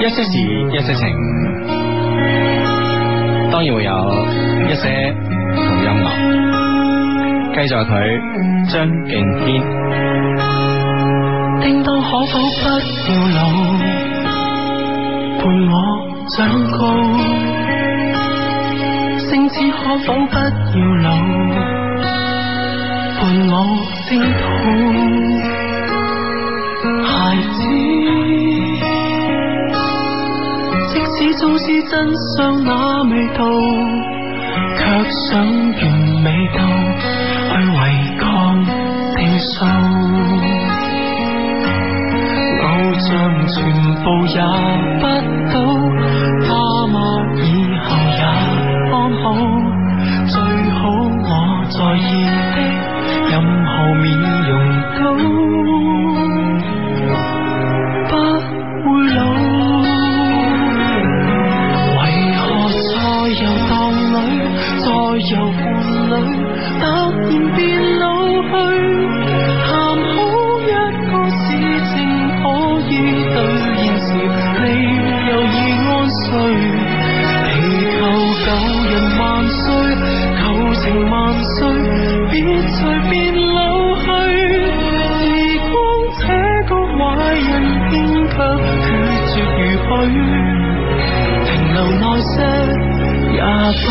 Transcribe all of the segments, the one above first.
一些事，一些情，當然會有一些同音樂。繼續佢張敬軒，叮當可否不要老，伴我長高？星子可否不要老，伴我征討？孩子。即使早知真相那味道，卻想完美到去違抗定數。偶像全部也不到，爸媽以後也安好，最好我在意的任何面容都不會老。再有當女，再有伴侶，突然變老去，談好一個事情可以兌現時，你又已安睡。祈求舊人萬歲，舊情萬歲，別隨便老去。時光這個壞人，偏卻決絕如許，停留耐些。也不會。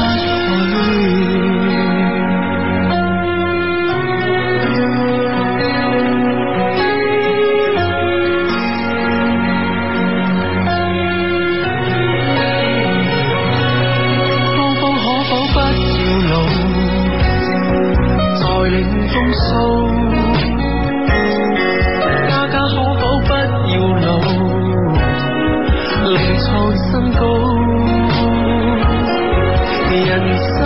步步可否不要老，再領風騷。家家可否不要老，另創新高。人生恍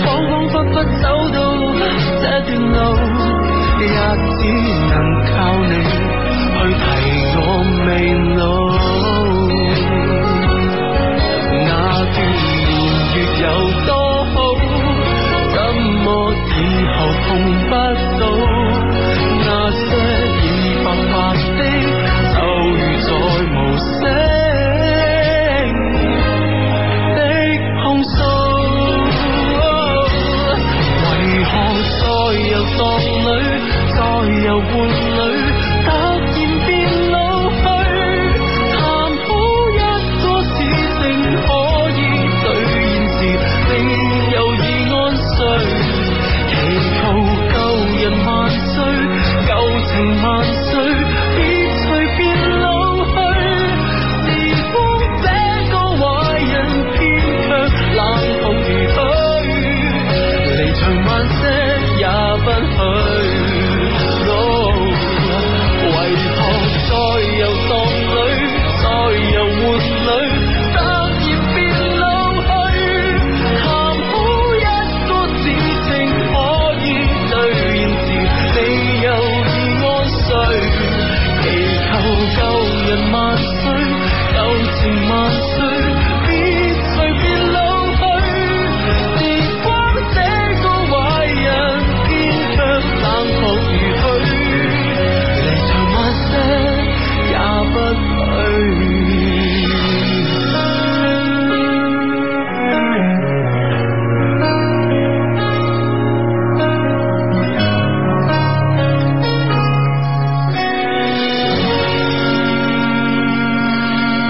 恍惚惚走到這段路，也只能靠你去提我未老。那段年月有多好，怎麼以後碰不到？那些已白髮的，就如在無聲。又伴侶突然變老去，談好一個事情可以兌現時，你又已安睡。祈求舊人萬歲，舊情萬歲，別隨便老去。時光這個壞人，偏卻冷酷如許，離場慢些也不許。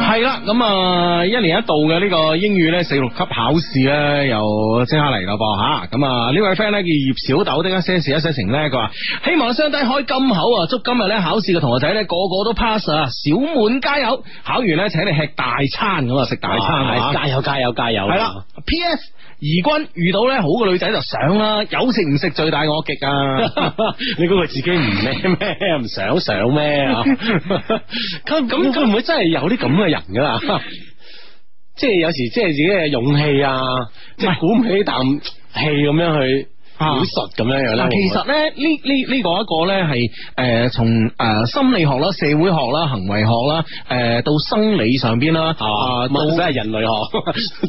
係啦，咁啊一年一度嘅呢個英語咧四六級考啊試咧又即刻嚟啦噃吓，咁啊呢位 friend 咧叫葉小豆的一些事一些情咧，佢話希望雙低開金口啊，祝今日咧考試嘅同學仔咧個個都 pass 啊，小滿加油，考完咧請你吃大餐咁啊食大餐啊係加油加油加油！係啦，P.S. 怡君遇到咧好嘅女仔就上啦，有食唔食最大我極啊！ 你估佢自己唔咩咩唔想上咩 啊？咁咁佢唔會真係有啲咁嘅人噶啦？即係有時即係自己嘅勇氣啊，即係鼓唔起啖氣咁樣去啊表述咁樣樣咧嗱，？其實咧呢呢呢呢個一個咧係诶從诶心理學啦、社會學啦、行為學啦，诶、到生理上邊啦，啊，到物真係人類學，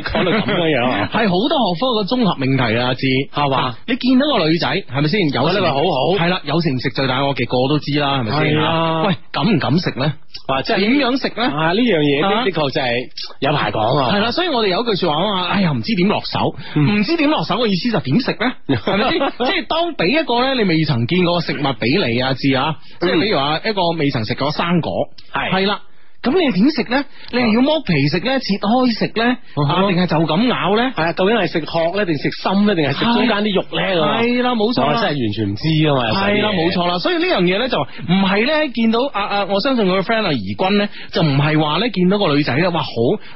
講到咁樣樣啊！係好多學科嘅綜合命題啊，知係嘛？你見到個女仔係咪先有覺食得佢好好係啦，有食唔食最大我嘅個都知啦，係咪先？係啊喂，敢唔敢食咧？哇，即係點樣食咧？啊呢樣嘢啊的的確就係有排講啊！系啦，所以我哋有一句说話啊嘛，哎呀，唔知點落手，嗯唔知點落手嘅意思就點食 咧，係咪先？即係當俾一個咧你未曾見過嘅食物俾你啊，知啊，即係嗯比如話一個未曾食過嘅生果，係係啦。咁你點食咧？你係要剝皮食咧，切開食咧，嗯啊哼定係就咁咬咧？係啊，究竟係食殼咧，定食心咧，定係食中間啲肉咧？咁啊係啦，冇錯我啦真係。完全唔知啊噶嘛，有時啲嘢系啦，冇。錯啦，所以呢樣嘢咧就話唔係咧，見到啊啊，我相信佢嘅 friend 啊怡君咧，就唔係話咧見到個女仔咧，哇好，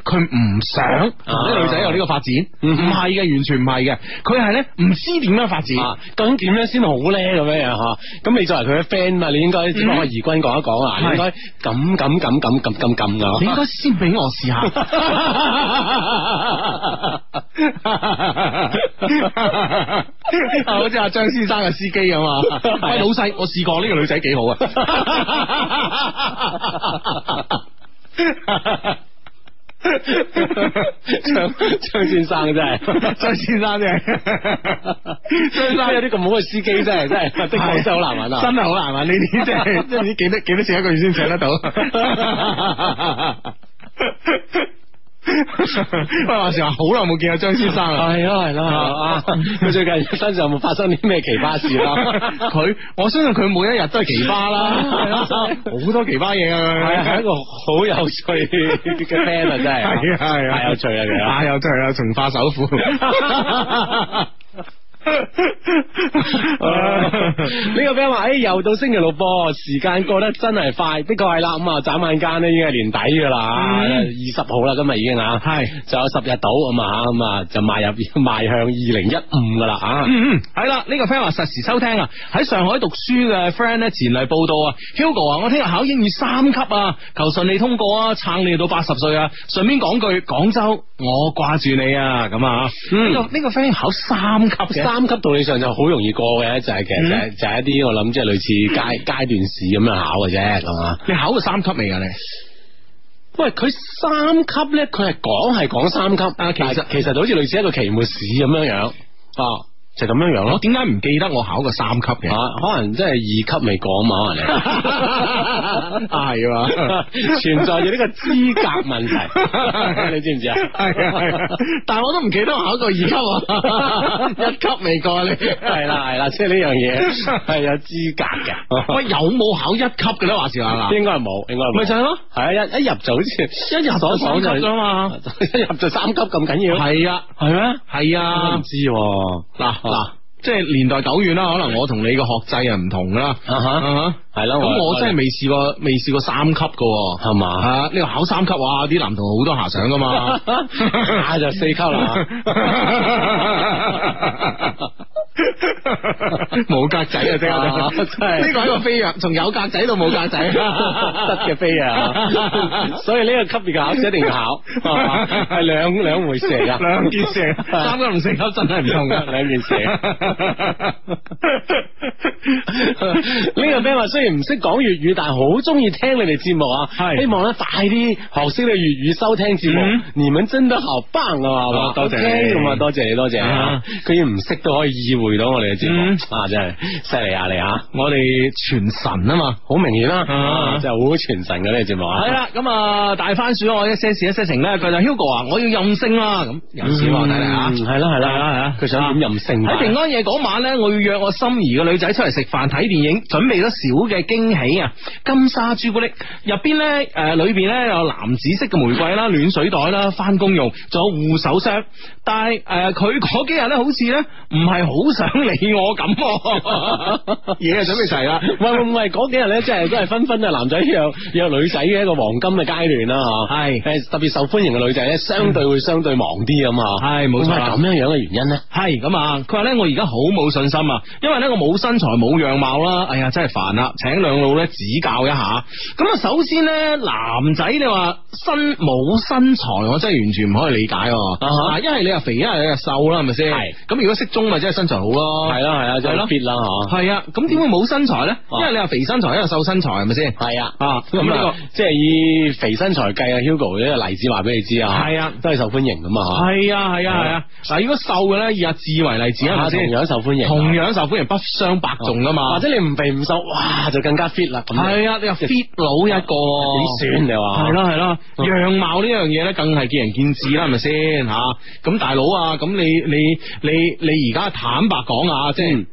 佢唔想同呢個女仔有呢個發展，嗯唔係嘅，完全唔係嘅，佢係咧唔知點樣發展，啊，究竟點樣先好咧？咁樣樣吓，咁你作為佢嘅 friend 嘛，你應該只幫阿怡君講一講啊，嗯你係應該咁咁咁咁咁咁咁噶。你應該先俾我試 下。 好似阿張先生嘅司機咁啊！喂，老細，我試過呢個女仔幾好 啊！ 張張先生真 係，張先生啫，張先生有啲咁好嘅司機真係真係的確真係好難揾 啊！真係好難玩呢啲， 即係即係唔知幾多幾多錢一個月先請得到。喂，話時話好耐冇見阿張先生啦。係咯係咯啊！佢最近身上有冇發生啲咩奇葩事啦？ 佢，我相信佢每一日都係奇葩 係啦，咯好多奇葩嘢啊！係啊係一個好有趣嘅 friend 啊，真係係啊係啊太有趣啦佢啊！啊，有真係啦，從化首富。 呢個 friend 話：，诶，又到星期六噃，時間過得真係快，的確係啦。咁啊，眨眼間咧已經係年底噶啦，嗯二十號啦，今日已經啊，係仲有十日到咁啊，咁啊就邁入 邁向二零一五噶啦啊！嗯嗯，系啦，呢、個 friend 話實時收聽啊，喺上海讀書嘅 friend 咧前嚟報道啊，Hugo 啊，我聽日考英語三級啊，求順利通過啊，撐你到八十歲啊，順便講句，廣州我掛住你啊，咁啊，呢、嗯個呢、個 friend 考三級嘅。三級道理上就好容易過嘅，就係其實就係嗯就係一啲我諗即係類似階階段試咁樣考嘅啫，係嘛？你考過三級未啊？你喂，佢三級咧，佢係講係講三級啊，其實其實就好似類似一個期末試咁樣樣啊，就咁樣樣我咯。點解唔記得我考過三級嘅？啊，可能真係二級未講嘛，可能 啊係嘛你存在住呢個資格問 題，你知唔知啊？係啊係啊，但係我都唔記得我考過二級 啊，一級未過你。係啦係啦，即係呢樣嘢係有資格嘅，啊喂，有冇考一級嘅咧？話時話嗱，應該係冇，應該係冇咪就係咯，係啊，一一入就好似一入所講就三級㗎嘛， 一入就三級咁緊要，係啊，係咩？係我啊唔，知喎啊嗱嗱，即係年代久遠啦，可能我同你嘅學制啊唔同啦。啊啊哈，哈係啦，咁我真係係未試過，未試過三級噶，係嘛啊，你話考三級哇，啲男同學好多遐想噶嘛。 啊就四級啦。 冇格仔啊，即啊刻真係呢個係一個飛躍，從有格仔到冇格仔， 得嘅 飛啊！所以呢個級別嘅考試一定要考，係嘛係兩兩回事嚟噶，兩件事，三級同四級真係唔同噶。 兩件事嚟㗎。 呢個 friend 話雖然唔識講粵語，但係好中意聽你哋節目啊！係希望咧快啲學識呢個粵語收聽節目嗯。你們真得好棒啊！哇啊多謝 OK，你咁啊，多謝你，多謝你啊啊！居然唔識都可以意會到我哋嘅節目嗯啊！真係犀利啊你啊！我哋全神啊嘛。好明顯啦啊，真係好全神嘅呢個節目啊！系啦，咁啊大番薯我一些事一些情咧，佢就 Hugo 啊，我要任性啦，咁有錢喎睇嚟啊嗯，系。係啦系啦係啦啦佢想點任性啊喺平安夜嗰晚咧，我要約我心儀嘅女仔出嚟食飯睇電影，準備咗小嘅驚喜啊！金沙朱古力入邊咧，誒裏邊咧有藍紫色嘅玫 瑰啦、暖水袋啦、翻工用，仲有護手霜。但係誒佢 嗰幾日咧，好似咧唔係好想理我咁喎， 嘢就準備齊 啦。喂喂喂，嗰幾日咧，真係都係紛紛啊，男仔約約女仔嘅一個黃金嘅階段啦，吓係誒特別受歡迎嘅女仔咧，相對會相對忙啲咁啊，嗯係冇錯會唔會係咁樣樣嘅原因咧，系咁啊！佢話咧，我而家好冇信心啊，因為咧我冇身材冇冇樣貌啦，哎呀真係煩啦，請兩老咧指教一下。咁啊，首先咧男仔你話身冇身材，我真係完全唔可以理解喎。哈啊一係你又肥，一係你又瘦啦，係咪先？係咁如果適中咪即係身材好咯。係啊啦係啦，就係咯 fit 哦啦係啊，咁點會冇身材咧？因為你話肥身材，一係瘦身材，係咪先？吓，係啊。啊，咁咁呢呢個個。即係以肥身材計啊，Hugo 呢個例子話俾你知啊，係啊都係受歡迎噶嘛，嚇係啊係啊係啊！嗱，如果瘦嘅咧，以阿志為例子，係咪啊同先？樣受歡迎，啊同樣受歡迎，不相伯仲噶嘛。或者你唔肥唔瘦，哇就更加 fit 啦，咁係啊，你話 fit 佬一個，點算你話？係咯係咯，嗯樣貌呢樣嘢咧，更係見仁見智啦，係咪先吓？咁大佬啊，咁你你你你而家坦白講啊，即係嗯。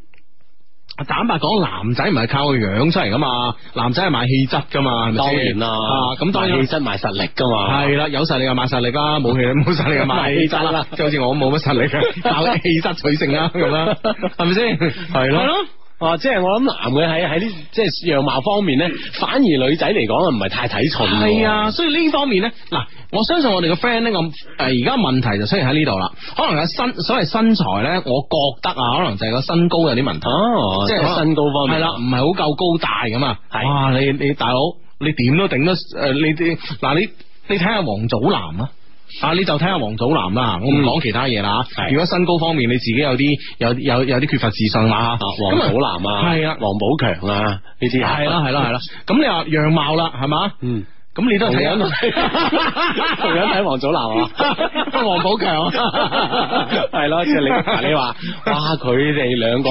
坦白講，男仔唔係靠個樣出嚟噶嘛，男仔係買氣質噶嘛，係咪當先？然啦啊，咁當然賣氣質賣實力噶嘛，係啦，有實力就買實力 啦，冇氣冇實力就買氣質啦買，即係好似我冇乜實力嘅， 靠氣質取勝啦，咁樣係咪先？係咯係咯。啊，即係我諗男嘅喺喺呢即係樣貌方面咧，反而女仔嚟講啊唔係太睇重喎，係啊，所以呢方面咧，嗱，我相信我哋嘅 friend 咧，咁誒而家問題就出現喺呢度啦。可能係身所謂身材咧，我覺得啊，可能就係個身高有啲問題，哦，即即係可能係身高方面係啦，唔係好夠高大咁啊。係哇，你你大佬，你點都頂得誒？你你嗱，你你睇下王祖藍啊。啊！你就睇下王祖藍啦，啊我唔講其他嘢啦。嗯啊係如果身高方面你自己有啲有有有啲缺乏自信啦，啊，王寶男啊，係啊王寶強啊呢啲啊係啦係啦係啦。咁你話樣貌啦，係嘛？嗯。咁你都係睇同樣 緊，同樣睇王祖藍啊， 王寶強啊係咯，即係你嗱你話，哇佢哋兩個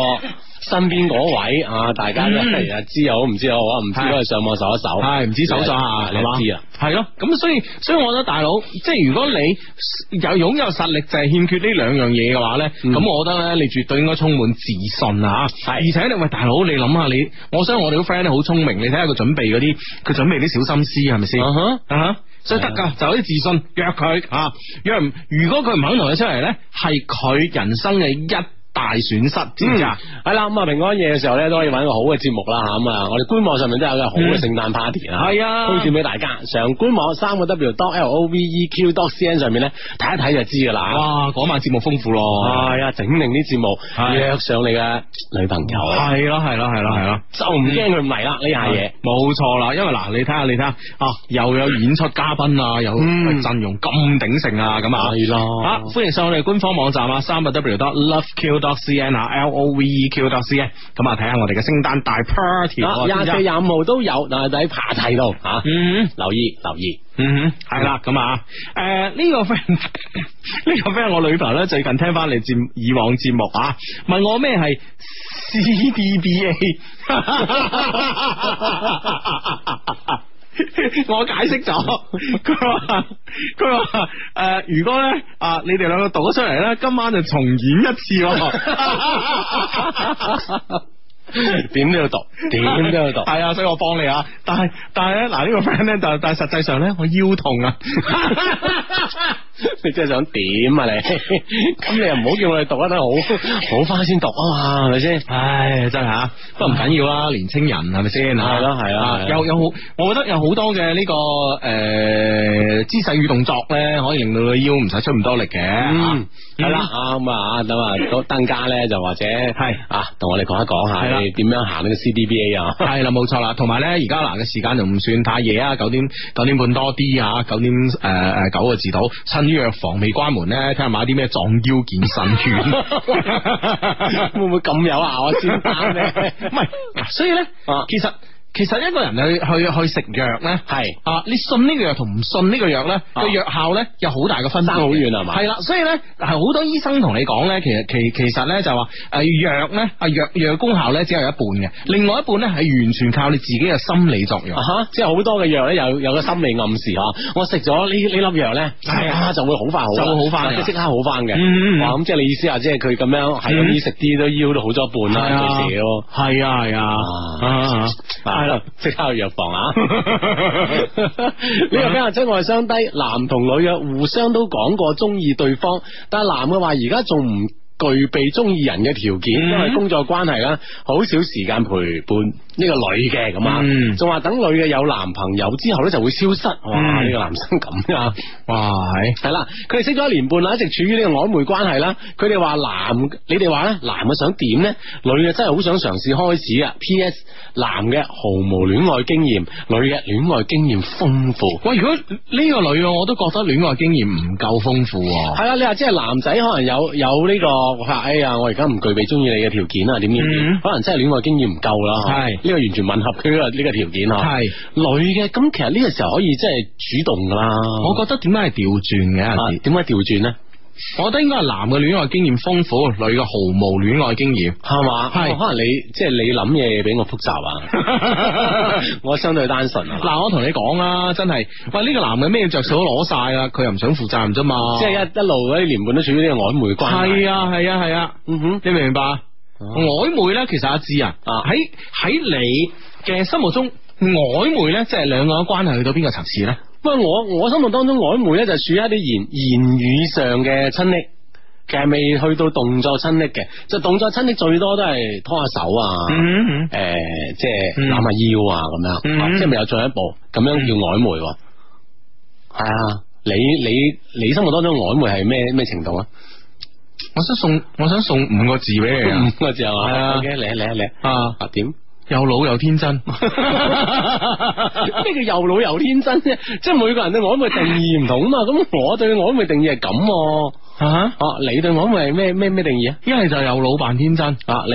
身邊嗰位啊，大家都係啊知又好唔知又好啊，唔知嗯係都係上網搜一搜，係唔知手上下你係嘛你知啊，係咯，咁所以所以我覺得大佬，即係如果你有擁有實力就係欠缺呢兩樣嘢嘅話咧，嗯咁、我覺得咧你絕對應該充滿自信啊！係而且你喂大佬，你諗下你，我相信我哋啲 friend 咧好聰明，你睇下佢準備嗰啲，佢準備啲小心思係咪先？啊哈啊哈所以得噶，就有啲自信約佢啊，約唔如果佢唔肯同你出嚟咧，係佢人生嘅一大損失，知唔知啊？係啦，咁啊平安夜嘅時候咧，都可以揾個好嘅節目啦吓，咁啊我哋官網上面都有個好嘅聖誕 party 啊，嗯係啊推薦俾大家。上官網三個 W dot L O V E Q dot C N 上面咧睇一睇就知噶啦。哇，嗰晚節目豐富咯，係啊，整定啲節目，係約上你嘅女朋友啊，係咯係咯係咯係咯。就唔驚佢唔嚟啦呢下嘢。冇錯啦，因為嗱，你睇下你睇下啊，又有演出嘉賓啊，有嗯陣容咁鼎盛啊，咁啊。係咯啊！歡迎上我哋官方網站啊，三個 W dot loveq dot cn 啊，L O V E Q dot cn，咁啊睇下我哋嘅聖誕大 party 啊啊廿四知唔知啊廿五號都有，但係喺爬梯度吓，啊嗯留意留意。嗯，係啦，咁啊，誒呢個 friend 呢個 friend 我女朋友咧最近聽翻你節以往節目啊，問我咩係 C D B A。我解釋咗，佢話佢話誒，如果咧啊，你哋兩個讀咗出嚟咧，今晚就重演一次喎。點都要讀， 點都要讀。係啊，所以我幫你啊。但係但係咧，嗱呢個 friend 咧，但但係實際上咧，我腰痛 啊。你真係想點啊你？ 咁你又唔好叫我哋讀啊，得好好翻先讀啊嘛，係咪先？唉，真係吓，不過唔緊要啦，年青人係咪先啊係咯係咯係咯有有好，我覺得有好多嘅呢個呃誒姿勢與動作咧，可以令到個腰唔使出咁多力嘅。嗯，嚇係啦，，啊咁啊，咁啊，都登家咧就或者係啊，同我哋講一講係下啦你點樣行呢個 CDBA 啊？係啦，冇錯啦。同埋咧，而家嗱嘅時間就唔算太夜啊，九點九點半多啲啊，九點誒誒九個字到，趁呢藥房未關門咧，睇下買啲咩壯腰健身券。 會唔會咁有效啊？ 先生 咧，唔係，嗱所以咧啊，其實其實一個人去去去食藥咧，係啊，你信呢個藥同唔信呢個藥咧，啊個藥效咧有好大嘅分別嘅，爭好遠啊係嘛係啦，所以咧係好多醫生同你講咧，其實其其實咧就話誒藥咧啊藥藥功效咧只有一半嘅，另外一半咧係完全靠你自己嘅心理作用啊。哈，即係好多嘅藥咧，有有個心理暗示啊！我食咗呢呢粒藥咧，係啊啊就會好快好，就會好返嘅即刻好翻嘅。嗯嗯嗯哇！咁即係你意思啊，即係佢咁樣係咁嗯意食啲都腰都好咗一半係啊啦，最少。係啊係啊啊啊，係係啦啦，即刻去藥房 啊！ 呢個比較真愛相啊低，男同女嘅互相都講過中意對方，但係男嘅話而家仲唔具备中意人嘅条件，嗯因为工作关系啦，好少时间陪伴呢个女嘅咁啊嗯，仲话等女嘅有男朋友之後咧就會消失，哇！嗯呢、個男生咁啊，哇，系係啦，佢哋識咗一年半啦，一直處於呢個曖昧關係啦。佢哋話男，你哋話咧，男嘅想點咧？女嘅真係好想嘗試開始啊。P.S. 男嘅毫無戀愛經驗，女嘅戀愛經驗豐富。喂，如果呢個女嘅我都覺得戀愛經驗唔夠豐富喎。係啦，你話即係男仔可能有有呢、個話，哎呀，我而家唔具備中意你嘅條件啊，點點點嗯，可能真係戀愛經驗唔夠啦，係呢個完全吻合佢呢個呢個條件啊。係女嘅，咁其實呢個時候可以即係主動噶啦。我覺得點解係調轉嘅？有啊陣時點解調轉咧？我覺得應該係男嘅戀愛經驗豐富，女嘅毫無戀愛經驗。係嘛？哦係可能你即係你諗嘢比我複雜 啊，我相對單純啊。嗱，我同你講啦，真係，喂，呢、個男嘅咩着數都攞晒啦，佢又唔想負責任啫嘛。即係一一路嗰啲年半都處於呢個曖昧關係。係啊，係啊，係啊，嗯嗯哼，你明唔明白？曖昧咧，其實阿志啊，啊喺喺你嘅心目中，曖昧咧，即係兩個人關係去到邊個層次咧？不過我我心目當中曖昧咧就處於一啲言言語上嘅親昵，其實未去到動作親昵嘅，就動作親昵最多都係拖下手啊。嗯誒、即係嗯攬下腰啊，咁樣，嗯啊即係未有進一步，咁樣叫曖昧喎。嗯係啊，你你你心目當中曖昧係咩咩程度啊？我想送，我想送五個字俾你啊！五個字係係嘛啊？OK，嚟啊嚟啊嚟啊！啊，啊 點？又老又天真。咩叫又老又天真啫？即係每個人對曖昧定義唔同啊嘛。咁我對曖昧定義係咁喎，啊！哦、你對曖昧係咩咩咩定義啊？一係就有老扮天真。啊， 你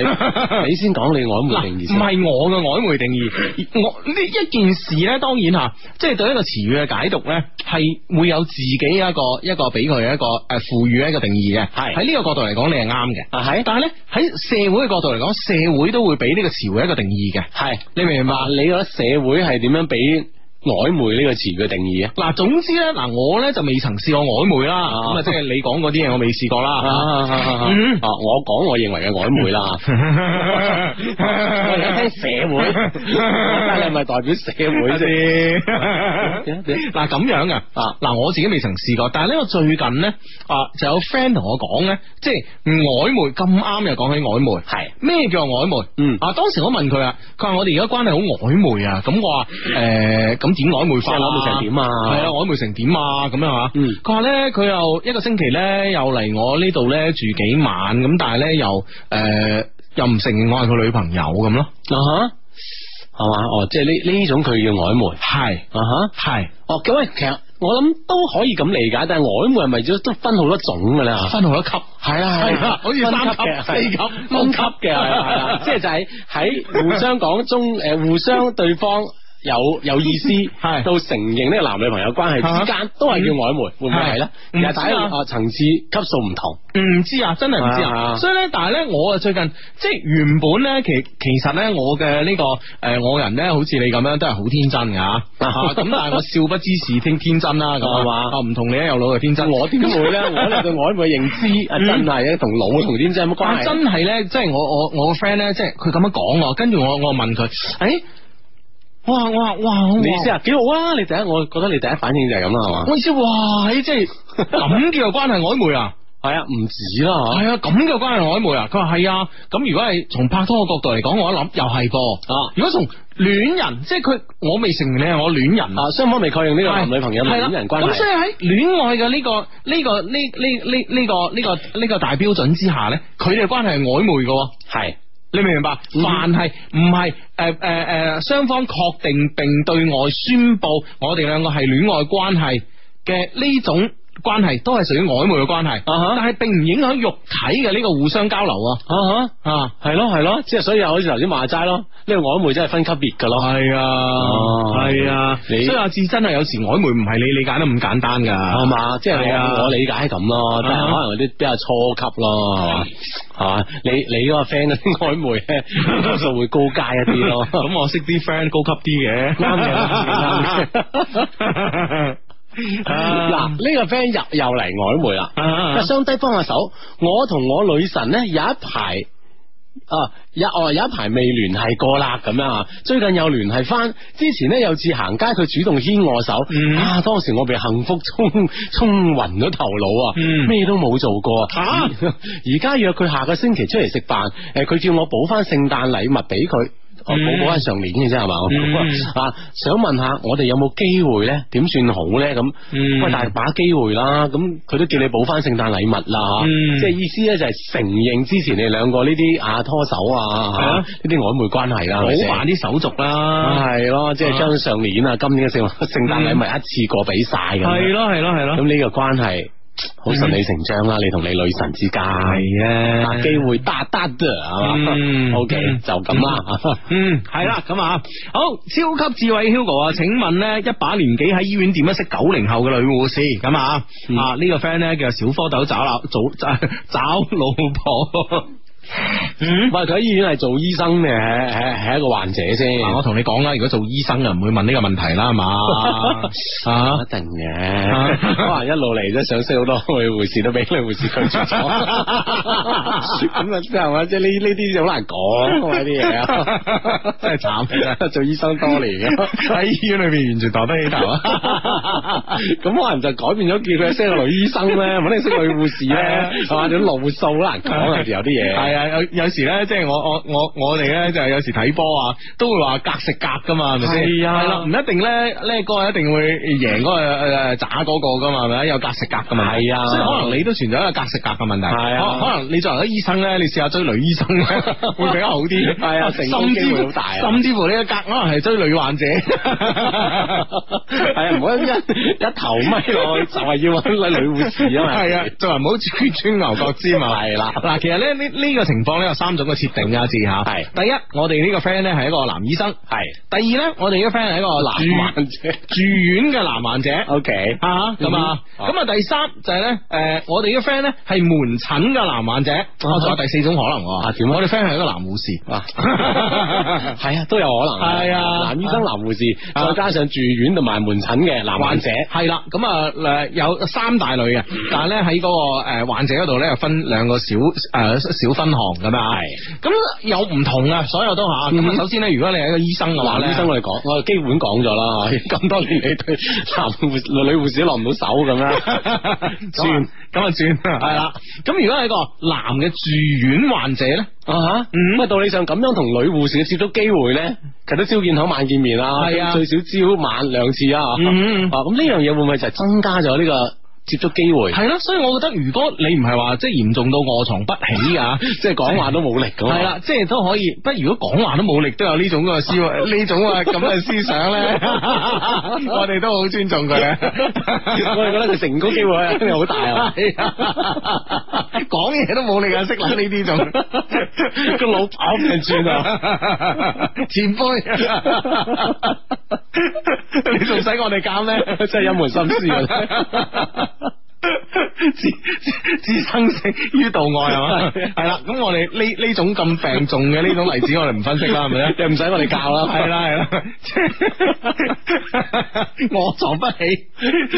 你先講你曖嗱，昧唔定義先。係我嘅曖昧定義，我呢一件事咧，當然吓，即係對一個詞語嘅解讀咧，係會有自己一個一個俾佢一個诶賦予一個定義嘅。係喺呢個角度嚟講，你係啱嘅。啊係但係咧喺社會嘅角度嚟講，社會都會俾呢個詞彙一個定義嘅。係你明唔明白？啊嗱，你覺得社會係點樣俾曖昧呢個詞嘅定義啊？嗱，總之咧，嗱，我咧就未曾試過曖昧啦，啊咁啊，即係你講嗰啲嘢，我未試過 啊啦。啊啊嗯我講我認為嘅曖 昧啦。我而家聽社會，但你係咪代表社 會啫？啲點啊點啊嗱咁樣噶，啊嗱我自己未曾試過，但係呢我最近咧啊就有 friend 同我講咧，即係曖昧咁啱又講起曖昧，係咩叫曖昧？嗯啊當時我問佢啊，佢話我哋而家關係好曖昧啊，咁我話誒咁點曖昧即法係啊？曖昧成點啊？係啊，曖昧成點啊？咁樣啊？嗯佢話咧，佢又一個星期咧，又嚟我呢度咧住幾晚，咁但係咧又誒、呃又唔承認我係佢女朋友咁咯。啊哈，係嘛？哦，即係呢呢種佢叫曖昧係啊哈。係哦，咁喂，其實我諗都可以咁理解，但係曖昧係咪都都分好多種噶啦？分好多級，係啊係啊好似三級分級嘅、四級、分級嘅，係啊係啊，即係就係喺互相 講中誒，互相對方。有有意思，係到承認呢個男女朋友關係之間啊都係叫曖昧，會唔會係咧？嗯又睇唔知啊啊層次級數唔同，唔知啊，真係唔知啊啊。所以咧，但係咧，我啊最近即係原本咧，其其實咧，我嘅呢、個誒、呃我人咧，好似你咁樣都係好天真 㗎啊。啊咁但係我少不知事天天真啦，咁係啊嘛啊唔同你咧，有腦又天真。我點 會咧？我哋對曖昧嘅認知啊，哦嗯真係同腦同天真有乜關但係？啊真係咧，即係我我我個 friend 咧，即係佢咁樣講我，跟住我我問佢，誒、哇哇哇哇，我你意思啊，幾好啊！你第一，我覺得你第一反應就係咁啦，係嘛？我意思，哇，咦即係咁叫做關係曖昧啊！係啊，唔止啦，嚇係啊，咁嘅關係曖昧啊！佢話係啊，咁如果係從拍拖嘅角度嚟講，我一諗又係噃。啊如果從戀人，即係佢，我未承認你係我戀人啊，雙方未確認呢個男女朋友同係啦戀人關咁所以係，喺戀愛嘅呢、個呢、個呢呢呢呢個呢、個呢、個大標準之下咧，佢哋嘅關係係曖昧嘅喎。係你明唔明白？嗯凡係唔係诶诶诶，双方確定並對外宣布我哋兩個係戀愛關係嘅呢種關係，都係屬於曖昧嘅關係。啊哈但係並唔影響肉體嘅呢個互相交流啊。啊哈。啊，系咯系咯，即系所以好似頭先話齋咯，呢個曖昧真係分級別噶咯。系啊，係啊所你以阿志真係有時曖昧唔係你理解得咁簡單㗎，係嘛，即係係啊我我理解係咁咯，但係啊。可能有啲比較初級咯，係嘛，係嘛，你你嗰個 friend 嗰 啲曖昧咧，多數會高階一啲 咯咁我識啲 friend 高級啲嘅，啱啱嘅。嘅嗱， 呢個 friend 又又嚟曖昧啦，啊相低幫下手，我同我女神咧有一排啊，有哦有一排未聯繫過啦，咁樣啊，最近又聯繫翻，之前呢，有次行街佢主動牽我手，嗯啊，當時我被幸福沖 沖暈咗頭腦啊，嗯咩、都冇做過啊 而家約佢下個星期出嚟食飯，誒，佢叫我補翻聖誕禮物俾佢。我嗯補補翻上年嘅啫係嘛，我嗯 啊想問下我哋有冇機會咧？點算好咧？咁嗯喂大把機會啦，咁佢都叫你補翻聖誕禮物啦吓，嗯即係意思咧就係承認之前你哋兩個呢啲啊拖手係啊啊，呢啲曖昧關係啦，係好咪先辦啲啊手續啦，係咯，即係將上年啊今年嘅聖聖誕禮物一次過俾晒咁樣，係咯係咯係咁咯，呢個關係好順理成章啦，你同你女神之間。嗯係啊，機會大大的係嗯嘛？O K，嗯就咁啦。嗯，系啦，咁啊，好，超級智慧 Hugo 啊，請問咧一把年紀喺醫院點樣識九零後嘅女護士？咁啊，嗯啊呢個 friend 咧叫小蝌蚪找老 早找找老婆，嗯喂，。佢喺醫院係做醫生嘅，係係係一個患者先。嗱，我同你講啦，如果做醫生啊，唔會問呢個問題 啦，係嘛？啊，一定嘅， 可能一路嚟都想識好多女護士，都俾女護士拒絕 咗。咁啊，即係嘛，即係呢呢啲就好難講喎呢啲嘢啊， 真係慘啊真係做醫生多年嘅， 喺醫院裏面完全抬得起頭啊！ 咁可能就改變咗叫佢識個女醫生 咧，唔肯定識女護士咧，係嘛，種路數好難講啊，有啲嘢。啊 係啊，有有时咧，即係我我我我哋咧，就係有時睇波啊，都會話隔食隔噶嘛，係咪先？係啊係啦，唔一定咧，呢個一定會贏嗰個诶渣嗰個噶嘛，係咪？有隔食隔噶嘛，係啊所以可能你都存在一個隔食隔嘅問題。係啊可可能你作為一個醫生咧，你試下追女醫生 咧，會比較好啲。係啊成功甚至機會乎好大啊甚至乎呢個隔可能係追女患者。 係啊，唔好一一頭咪落去，就係要揾女護士啊嘛。系啊， 做人唔好穿穿牛角尖啊。係啦嗱，其實咧呢呢个情況咧有三種嘅設定啊，志吓。係第一，我哋呢個 friend 咧係一個男醫生；係第二咧，我哋呢個 friend 係一個男男患患者。住院嘅男患者。 O K，啊，咁啊，嗯咁啊，第三就係咧，诶，我哋嘅 friend 咧係門診嘅男患者，我仲有第四種可能喎嗯啊點啊我哋 friend 係一個男護士，啊，系啊，都有可能係啊男醫生、男護士，啊再加上住院同埋門診嘅男患者，嗯系啦，咁啊诶有三大類嘅，但係咧喺嗰個诶患者嗰度咧，又分兩個小诶、呃小分項咁啊。係咁有唔同啊，所有都吓。咁啊、嗯首先咧，如果你係一個醫生嘅話咧，男醫生我哋講，我哋基本講咗 啦，咁多年你對男護女護士落唔到手咁 啦，轉算咁啊轉係啦。咁如果係一個男嘅住院患者咧，啊吓，咁啊道理上咁樣同女護士嘅接觸機會咧，其實都朝見口晚見面啦，係啊最少朝晚兩次啊，嗯啊咁呢樣嘢會唔會就係增加咗呢個接觸機會？係咯，所以我覺得如果你唔係話即係嚴重到卧床不起 啊。即係講話都冇力咁啊，係啦，即係都可以。不如果講話都冇力，都有呢種嘅思 維呢種啊咁嘅思想咧，我哋都好尊重佢啊咧。 我哋覺得佢成功 機會真係好大啊！講嘢都冇你啊，識諗呢啲仲 個腦跑唔轉啊！ 啊，前 輩，你仲使我哋教咩？真係一門心思 啊！置置生死於度外係 嘛？係啦，咁我哋呢呢種咁病重嘅呢種例子，我哋唔分析啦，係咪咧？ 又唔使我哋教啦， 係啦係啦，即係 我撞不起，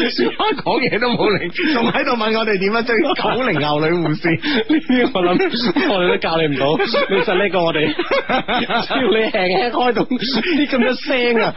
說話講嘢都冇力，仲喺度問我哋點樣追九零後女護士。呢啲 我諗我哋都教你唔到，你實叻過我哋。只要你輕輕開動啲咁多聲啊，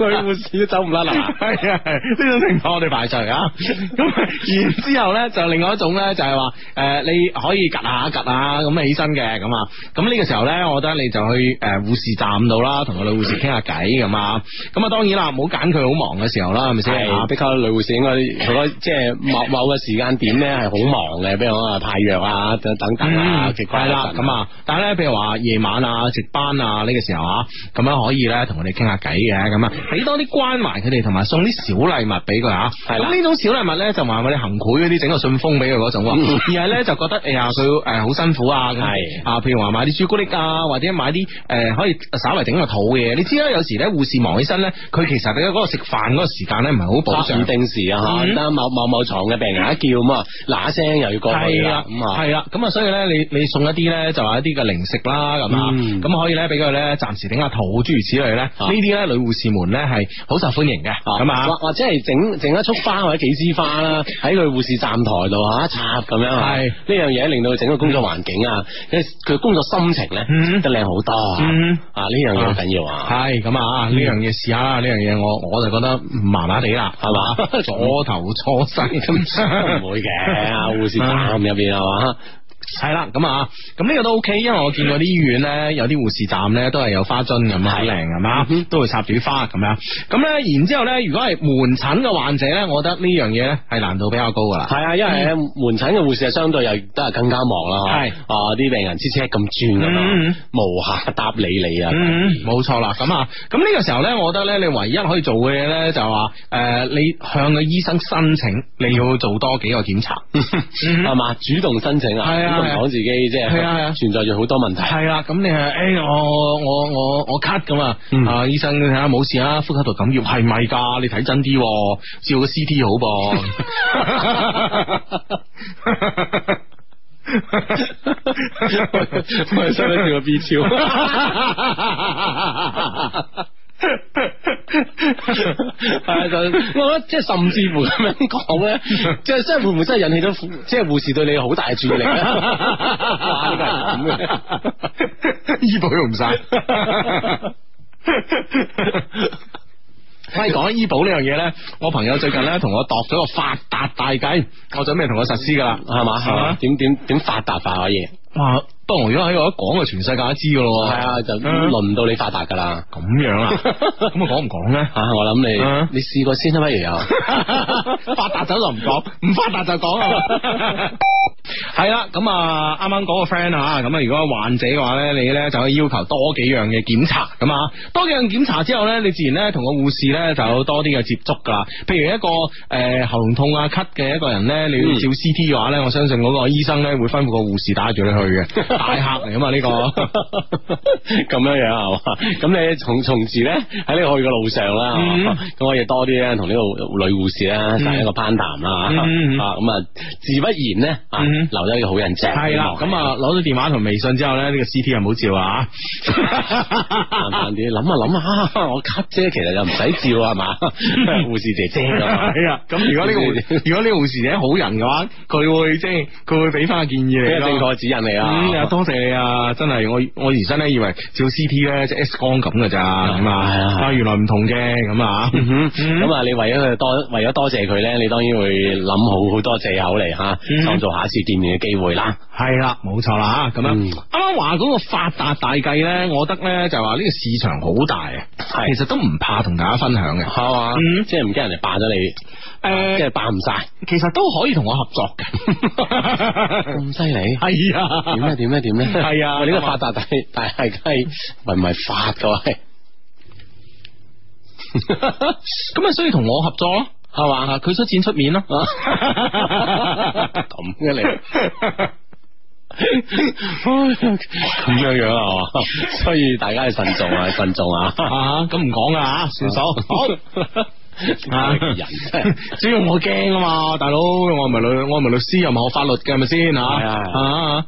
女護士都走唔甩啦。系啊， 係呢種情況我哋排除啊。咁然之後咧，就另外一種咧，就係話诶，誒你可以趌下趌下咁起身嘅咁啊。咁呢個時候咧，我覺得你就去诶護士站度啦，同個女護士傾下偈咁啊。咁啊，當然啦，唔好揀佢好忙嘅時候啦，係咪先啊係，？比較女護士應該佢嗰即係 某某個時間點咧係好忙嘅，比如講啊派藥啊等等等啊，奇系怪嗯啦，咁啊，但系咧，譬如話夜晚啊、值班啊呢個時候啊，咁樣可以咧同佢哋傾下偈嘅，咁啊，俾多啲關懷佢哋，同埋送啲小禮物俾佢啊。係啦咁呢種小禮物咧，就話我哋行賄嗰啲整個信封俾佢嗰種喎，嗯而係咧就覺得哎呀佢诶好辛苦啊，咁係啊，譬如話買啲朱古力啊，或者買啲诶可以稍為整個肚嘅嘢。你知啦，有時咧護士忙起身咧，佢其實俾嗰個食飯嗰個時間咧唔係好保啊障唔。定時啊嗯嚇，得某某某床嘅病人一叫咁啊，嗱一聲又要過去係啦，咁啊系啦，咁啊，所以咧，你你送一啲咧，就話一啲嘅零食啦，咁啊，嗯啊咁可以咧，俾佢咧暫時頂下肚，諸如此類咧，呢啲咧女護士們咧係好受歡迎嘅，咁或啊，或者系整整一束花或者幾枝花啦，喺佢護士站台度啊插咁樣啊，係呢樣嘢令到整個工作環境啊，佢佢工作心情咧嗯都靚好多啊嗯，啊呢樣嘢好緊要啊，系咁啊，呢樣嘢試下啦，呢樣嘢我我就覺得麻麻地啦，係嘛 左頭左勢咁，唔會嘅，啊護士站入邊啊啊係嘛。系啦，咁啊，咁呢個都 OK，因為我見過啲醫院咧，有啲護士站咧都係有花樽咁啊，好靚係嘛，都會插住花咁樣。咁咧，然之后咧，如果係門診嘅患者咧，我覺得呢樣嘢咧係難度比較高噶啦系。啊，因为门诊嘅护士啊，相对又得係更加忙啦，嗯係啊啲病人之車咁轉咁嗯啊，無暇搭理你啊，嗯，冇錯啦。咁啊，咁呢個時候咧，我覺得咧，你唯一可以做嘅嘢咧，就係話诶、誒你向個醫生申請，你要做多幾個檢查。嗯係嘛，主動申請啊，係啊主動係啊講自己即係啊係啊係存在住好多問題，系啦，咁你係诶、哎我我我我 cut 咁啊，嗯啊醫生你睇下冇事啊，呼吸道感染係咪㗎？你睇真啲喎，照個 CT 好噃。 我想睇個 B 系啊，就 我覺得即係甚至乎咁樣講咧，即係即係會唔會真係引起咗即係護士對你好大嘅注意力咧？哇呢個係咁嘅。 醫保用唔 晒。喂，講起醫保呢樣嘢咧，我朋友最近 咧同我度咗個發達大計， 我準備同佢實施噶 啦，係嘛係嘛，點點點發達法可以？哇！不過我如果喺我一講，就全世界都知噶咯喎。係啊，就嗯輪到你發達㗎啦。咁樣啊？咁我講唔講咧？吓、我諗你、嗯你試過先啦，不如 又發達就唔講，唔發達就講啊！係啦，咁啊，啱啱講個 friend 啊，咁啊，如果患者嘅話咧，你咧就可以要求多幾樣嘅檢查咁啊，多幾樣檢查之後咧，你自然咧同個護士咧就有多啲嘅接觸噶啦。譬如一個诶、呃喉嚨痛啊咳嘅一個人咧，你要照 CT 嘅話咧，我相信嗰個醫生咧會吩咐個護士帶住你去嘅，大客嚟啊嘛呢個。咁樣樣係嘛？咁你從從此咧喺呢個去嘅路上啦，嗯係嘛咁、我可以多啲咧同呢個女護士啦，成一個攀談啦，嗯啊咁啊，自不然咧啊，嗯留低一個好印象。系啦，咁啊攞咗電話同微信之後咧，呢、個 C T 又冇照啊，慢慢啲諗下諗下，啊我咳啫，其實就唔使照係 啊嘛，護士姐姐啊嘛係啊，咁如果呢 個護如果呢個護士者好人嘅話，佢會即係佢會俾翻個建議俾你個正咯。確指引你嗯，啊。多謝你啊！真係我我原身咧以為照 C T 咧即係 X 光咁噶咋咁啊，係啊係啊原來唔同嘅咁 啊，嗯哼，嗯咁啊，你為咗佢多，為咗多謝佢咧，你當然會諗好好多借口嚟吓，嗯創造下一次見面嘅機會啦。係啦，冇錯啦咁樣。啊嗯啱啱話嗰個發達大計咧，我覺得咧就話呢個市場好大啊，係其實都唔怕同大家分享嘅。系嘛嗯即係唔驚人哋霸咗你，誒即係霸唔晒，其實都可以同我合作 嘅。咁犀 利。系啊，點咧？點咧？點咧？係啊喂呢個咁啊發達大大係係唔係發噶？喂，咁咪需要同我合作咯，係嘛？啊，佢出錢出面咯，咁嘅你， 咁樣樣啊嘛，所以大家要慎重啊，慎重啊，啊，咁唔講噶吓，算數，好。啊人真係。主要我驚啊嘛，大佬，我唔係律，我唔係律師，又唔係學法律嘅，係咪先吓？係啊係啊啊！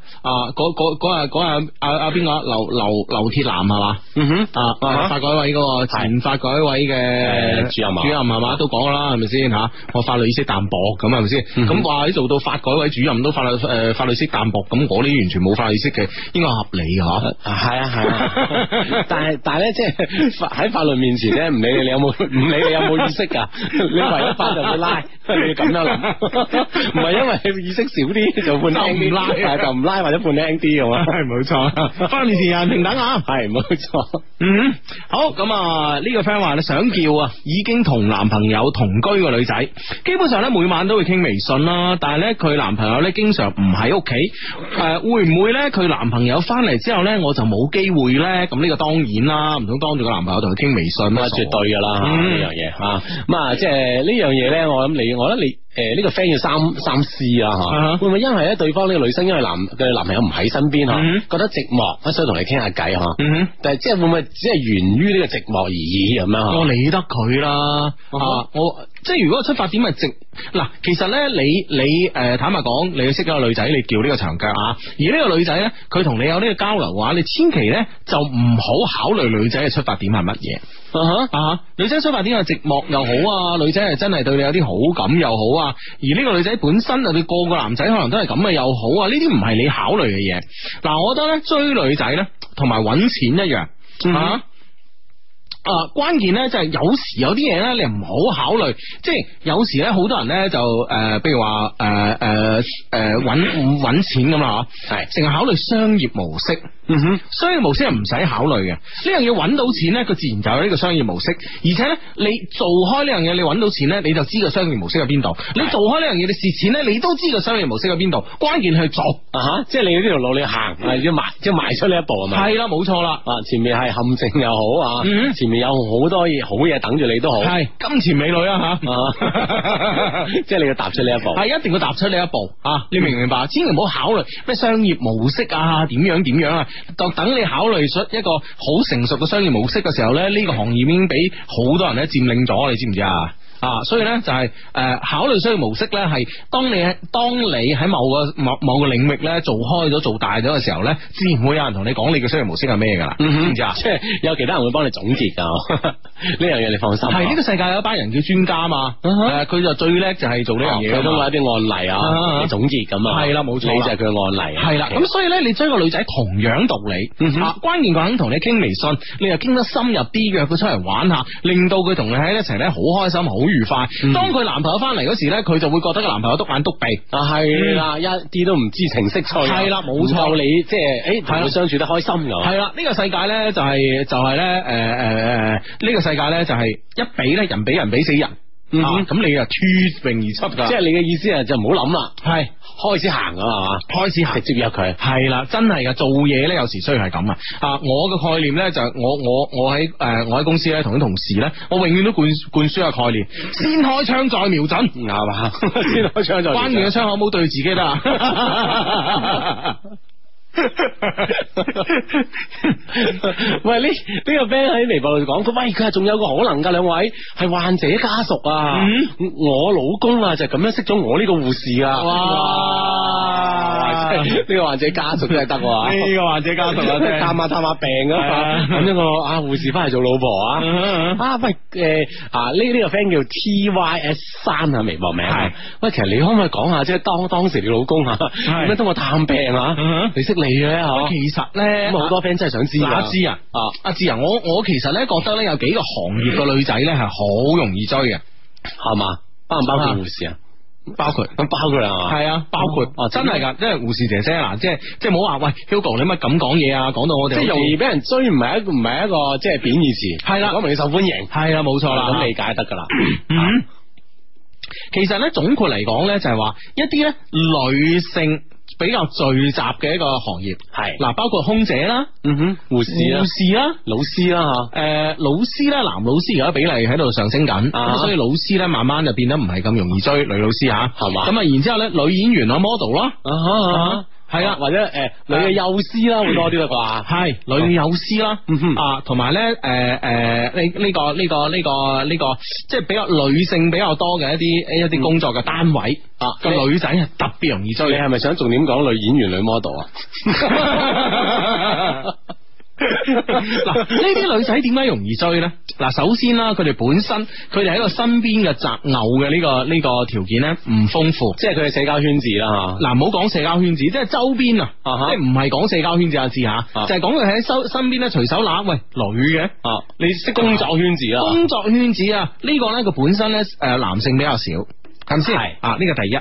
嗰嗰嗰日嗰日阿阿邊個啊劉劉劉鐵男係嘛？嗯哼，啊，啊法改委嗰個前法改委嘅誒主任啊主任係嘛都講啦，係咪先吓？我法律意識淡薄咁係咪先？嗯咁話你做到法改委主任都法律誒法律意識淡薄，咁我呢啲完全冇法律意識嘅，應該合理嘅嚇。系啊系啊， 但系但系咧，即系喺法律面前咧，唔理你有冇， 唔理你有冇意識噶，你違咗法就會拉， 你要咁樣諗，唔係因為意識少啲就判輕啲，就唔拉係就唔拉或者 判輕啲咁啊，係冇 錯，法律面前人平等啊！係冇錯，嗯，好咁啊！呢、個 friend 話咧想叫啊，已經同男朋友同居個女仔，基本上咧每晚都會傾微信啦。但係咧佢男朋友咧經常唔喺屋企，誒、會唔會咧佢男朋友翻嚟之後咧我就冇機會咧？咁呢個當然啦，唔通當住個男朋友同佢傾微信咁咩？啊絕對噶啦嗯呢樣嘢啊，咁啊即係呢樣嘢咧，我諗你，我覺得你誒呢個 friend 要三三思啦啊哈嚇，會唔會因為咧對方呢個女生因為男嘅男朋友唔喺身邊嗯嚇，覺得寂寞，所以同你傾下偈嚇。嗯但係即係會唔會只係源於呢個寂寞而已咁哼，樣我啊？哦理得佢啦，嗯啊，我即係如果個出發點係直嗱，其實咧你你誒、坦白講，你識咗個女仔，你叫呢個長腳啊，而呢個女仔咧，佢同你有呢個交流嘅話，你千祈咧就唔好考慮女仔嘅出發點係乜嘢。啊哈，啊！女仔出發點係寂寞又好啊，女仔係真係對你有啲好感又好啊，而呢個女仔本身啊，對個個男仔可能都係咁嘅又好啊，呢啲唔係你考慮嘅嘢。嗱、我覺得咧追女仔咧，同埋揾錢一樣、嗯啊。啊，關鍵咧就係有時有啲嘢咧，你唔好考慮，即係有時咧，好多人咧就誒，呃譬、呃如話誒誒誒揾揾錢咁啦啊嚇，係成日考慮商業模式。嗯哼，商業模式係唔使考慮嘅，呢樣嘢揾到錢呢，佢自然就有呢個商業模式。而且呢，你做開呢樣嘢，你揾到錢呢，你就知個商業模式喺邊度。你做開呢樣嘢，你蝕錢呢，你都知個商業模式喺邊度。關鍵去做，啊哈，即係你呢條路你行，係要邁，即係邁出呢一步係咪？係啦，冇錯啦。啊，前面係陷阱又好啊，嗯前面有好多嘢好嘢等住你都好，係金錢美女啊吓， 啊， 即係你要踏出呢一步。係一定要踏出呢一步啊！你明唔明白？千祈唔好考慮咩商業模式啊，點樣點樣啊。當等你考慮出一個好成熟嘅商業模式嘅時候呢，呢、個行業已經俾好多人咧佔領咗，你知唔知啊？啊，所以呢，就係、呃考慮商業模式呢，係當你當你喺某個某某個領域呢做開咗做大咗嘅時候呢，自然會有人同你講你嘅商業模式係咩噶啦，嗯知哼唔知 啊？即係有其他人會幫你總結噶， 呢樣嘢你放心啊。係呢、個世界有一班人叫專家嘛，誒佢、就最叻就係做呢樣嘢嗯哦佢㗎都嘛有一啲案例啊啊啊啊，你總結咁啊。係啦冇錯啦你就係佢嘅案例啊。系啦，咁所以咧，你追個女仔同樣道理，嗯哼啊，關鍵佢肯同你傾微信，你又傾得深入啲，約佢出嚟玩下，令到佢同你喺一齊咧好開心、好愉快。嗯當佢男朋友翻嚟嗰時咧，佢就會覺得個男朋友篤眼篤鼻。啊係啦，一啲都唔知情識趣啊。嗯係啦冇錯唔夠你即係誒同係啦佢相處得開心㗎。係啦，呢、個世界咧就係、就係咧誒誒誒，呢、個世界咧就係、一比咧人比人比死人，嗯啊哼咁你啊脫穎而出㗎，即係你嘅意思係就唔好諗啦，係開始行啊係嘛，開始行直接約佢。系啦，真系噶，做嘢咧有時需要係咁啊！啊，我嘅概念咧就係我我我喺诶、呃我喺公司咧同啲同事咧，我永遠都灌灌輸嘅 概念，先開槍再瞄準，嗯啱 嘛，先開槍就關鍵嘅槍口唔好對自己得 啊。喂，呢呢個 friend 喺微博度講，佢喂佢係仲有個可能㗎，兩位係患者家屬啊，嗯我老公啊就咁樣識咗我呢個護士啊，哇哇真係呢個患者家屬真係得喎。啊個患者家屬即係 探啊下探下病啊嘛，係啊咁呢個啊護士翻嚟做老婆嗯真係，啊，啊喂，诶、啊呢呢、個 friend 叫 T Y S 三啊，微博名係。喂，其實你可唔可以講下，即係當當時你老公啊，係點解通過探病啊嗯哼，你識你嘅喂吓？其實咧咁好多 friend 真係想知嗱啊阿。芝啊，啊阿芝啊，我我其實咧覺得咧有幾個行業嘅女仔咧係好容易追嘅，係嘛？包唔包括護士啊？包括。咁包佢啦，系啊，包括哦真係噶，即係護士姐姐嗱，即係即係冇話喂，Hugo 你乜咁講嘢啊，講到我即哋係容易俾人追，唔係一個唔係一個即係貶義詞。係啦講明你受歡迎，系啦，冇錯啦，咁理解得㗎啦。嗯，其實咧總括嚟講咧，就係話一啲咧女性比較聚集嘅一個行業，係嗱，嗱，包括空姐啦、嗯哼，護士啦護，士啦。老師啊啦吓。誒、老師咧，男老師而家比例喺度上升緊，咁、啊所以老師咧慢慢就變得唔係咁容易追女老師嚇，係嘛咁啊，然之後咧，女演員啊、model 啦，啊哈啊哈係啦或者诶，女嘅幼師啦會多啲啦啩。啊系女友師啦，嗯哼啊，同埋咧，诶、诶，呢、呢個呢、個呢、個呢、個即係比較女性比較多嘅一啲一啲工作嘅單位啊個女仔係特別容易你追嘅。係咪想重點講女演員、女 model 啊？啊嗱，呢啲女仔點解容易追呢？嗱，首先啦，佢哋本身佢哋喺個身邊嘅擇偶嘅呢、個呢、個條件呢，唔豐富。即係佢嘅社交圈子啦嗱，唔好講社交圈子，即係周邊啊，啊哈即係唔係講社交圈子啊，字吓，啊就係講佢喺收身邊咧隨手揦，喂，女嘅。吓，啊，你識工作圈子啊啦，工作圈子啊，呢、個呢，佢本身呢，诶男性比較少，係咪先？係啊，呢個第一。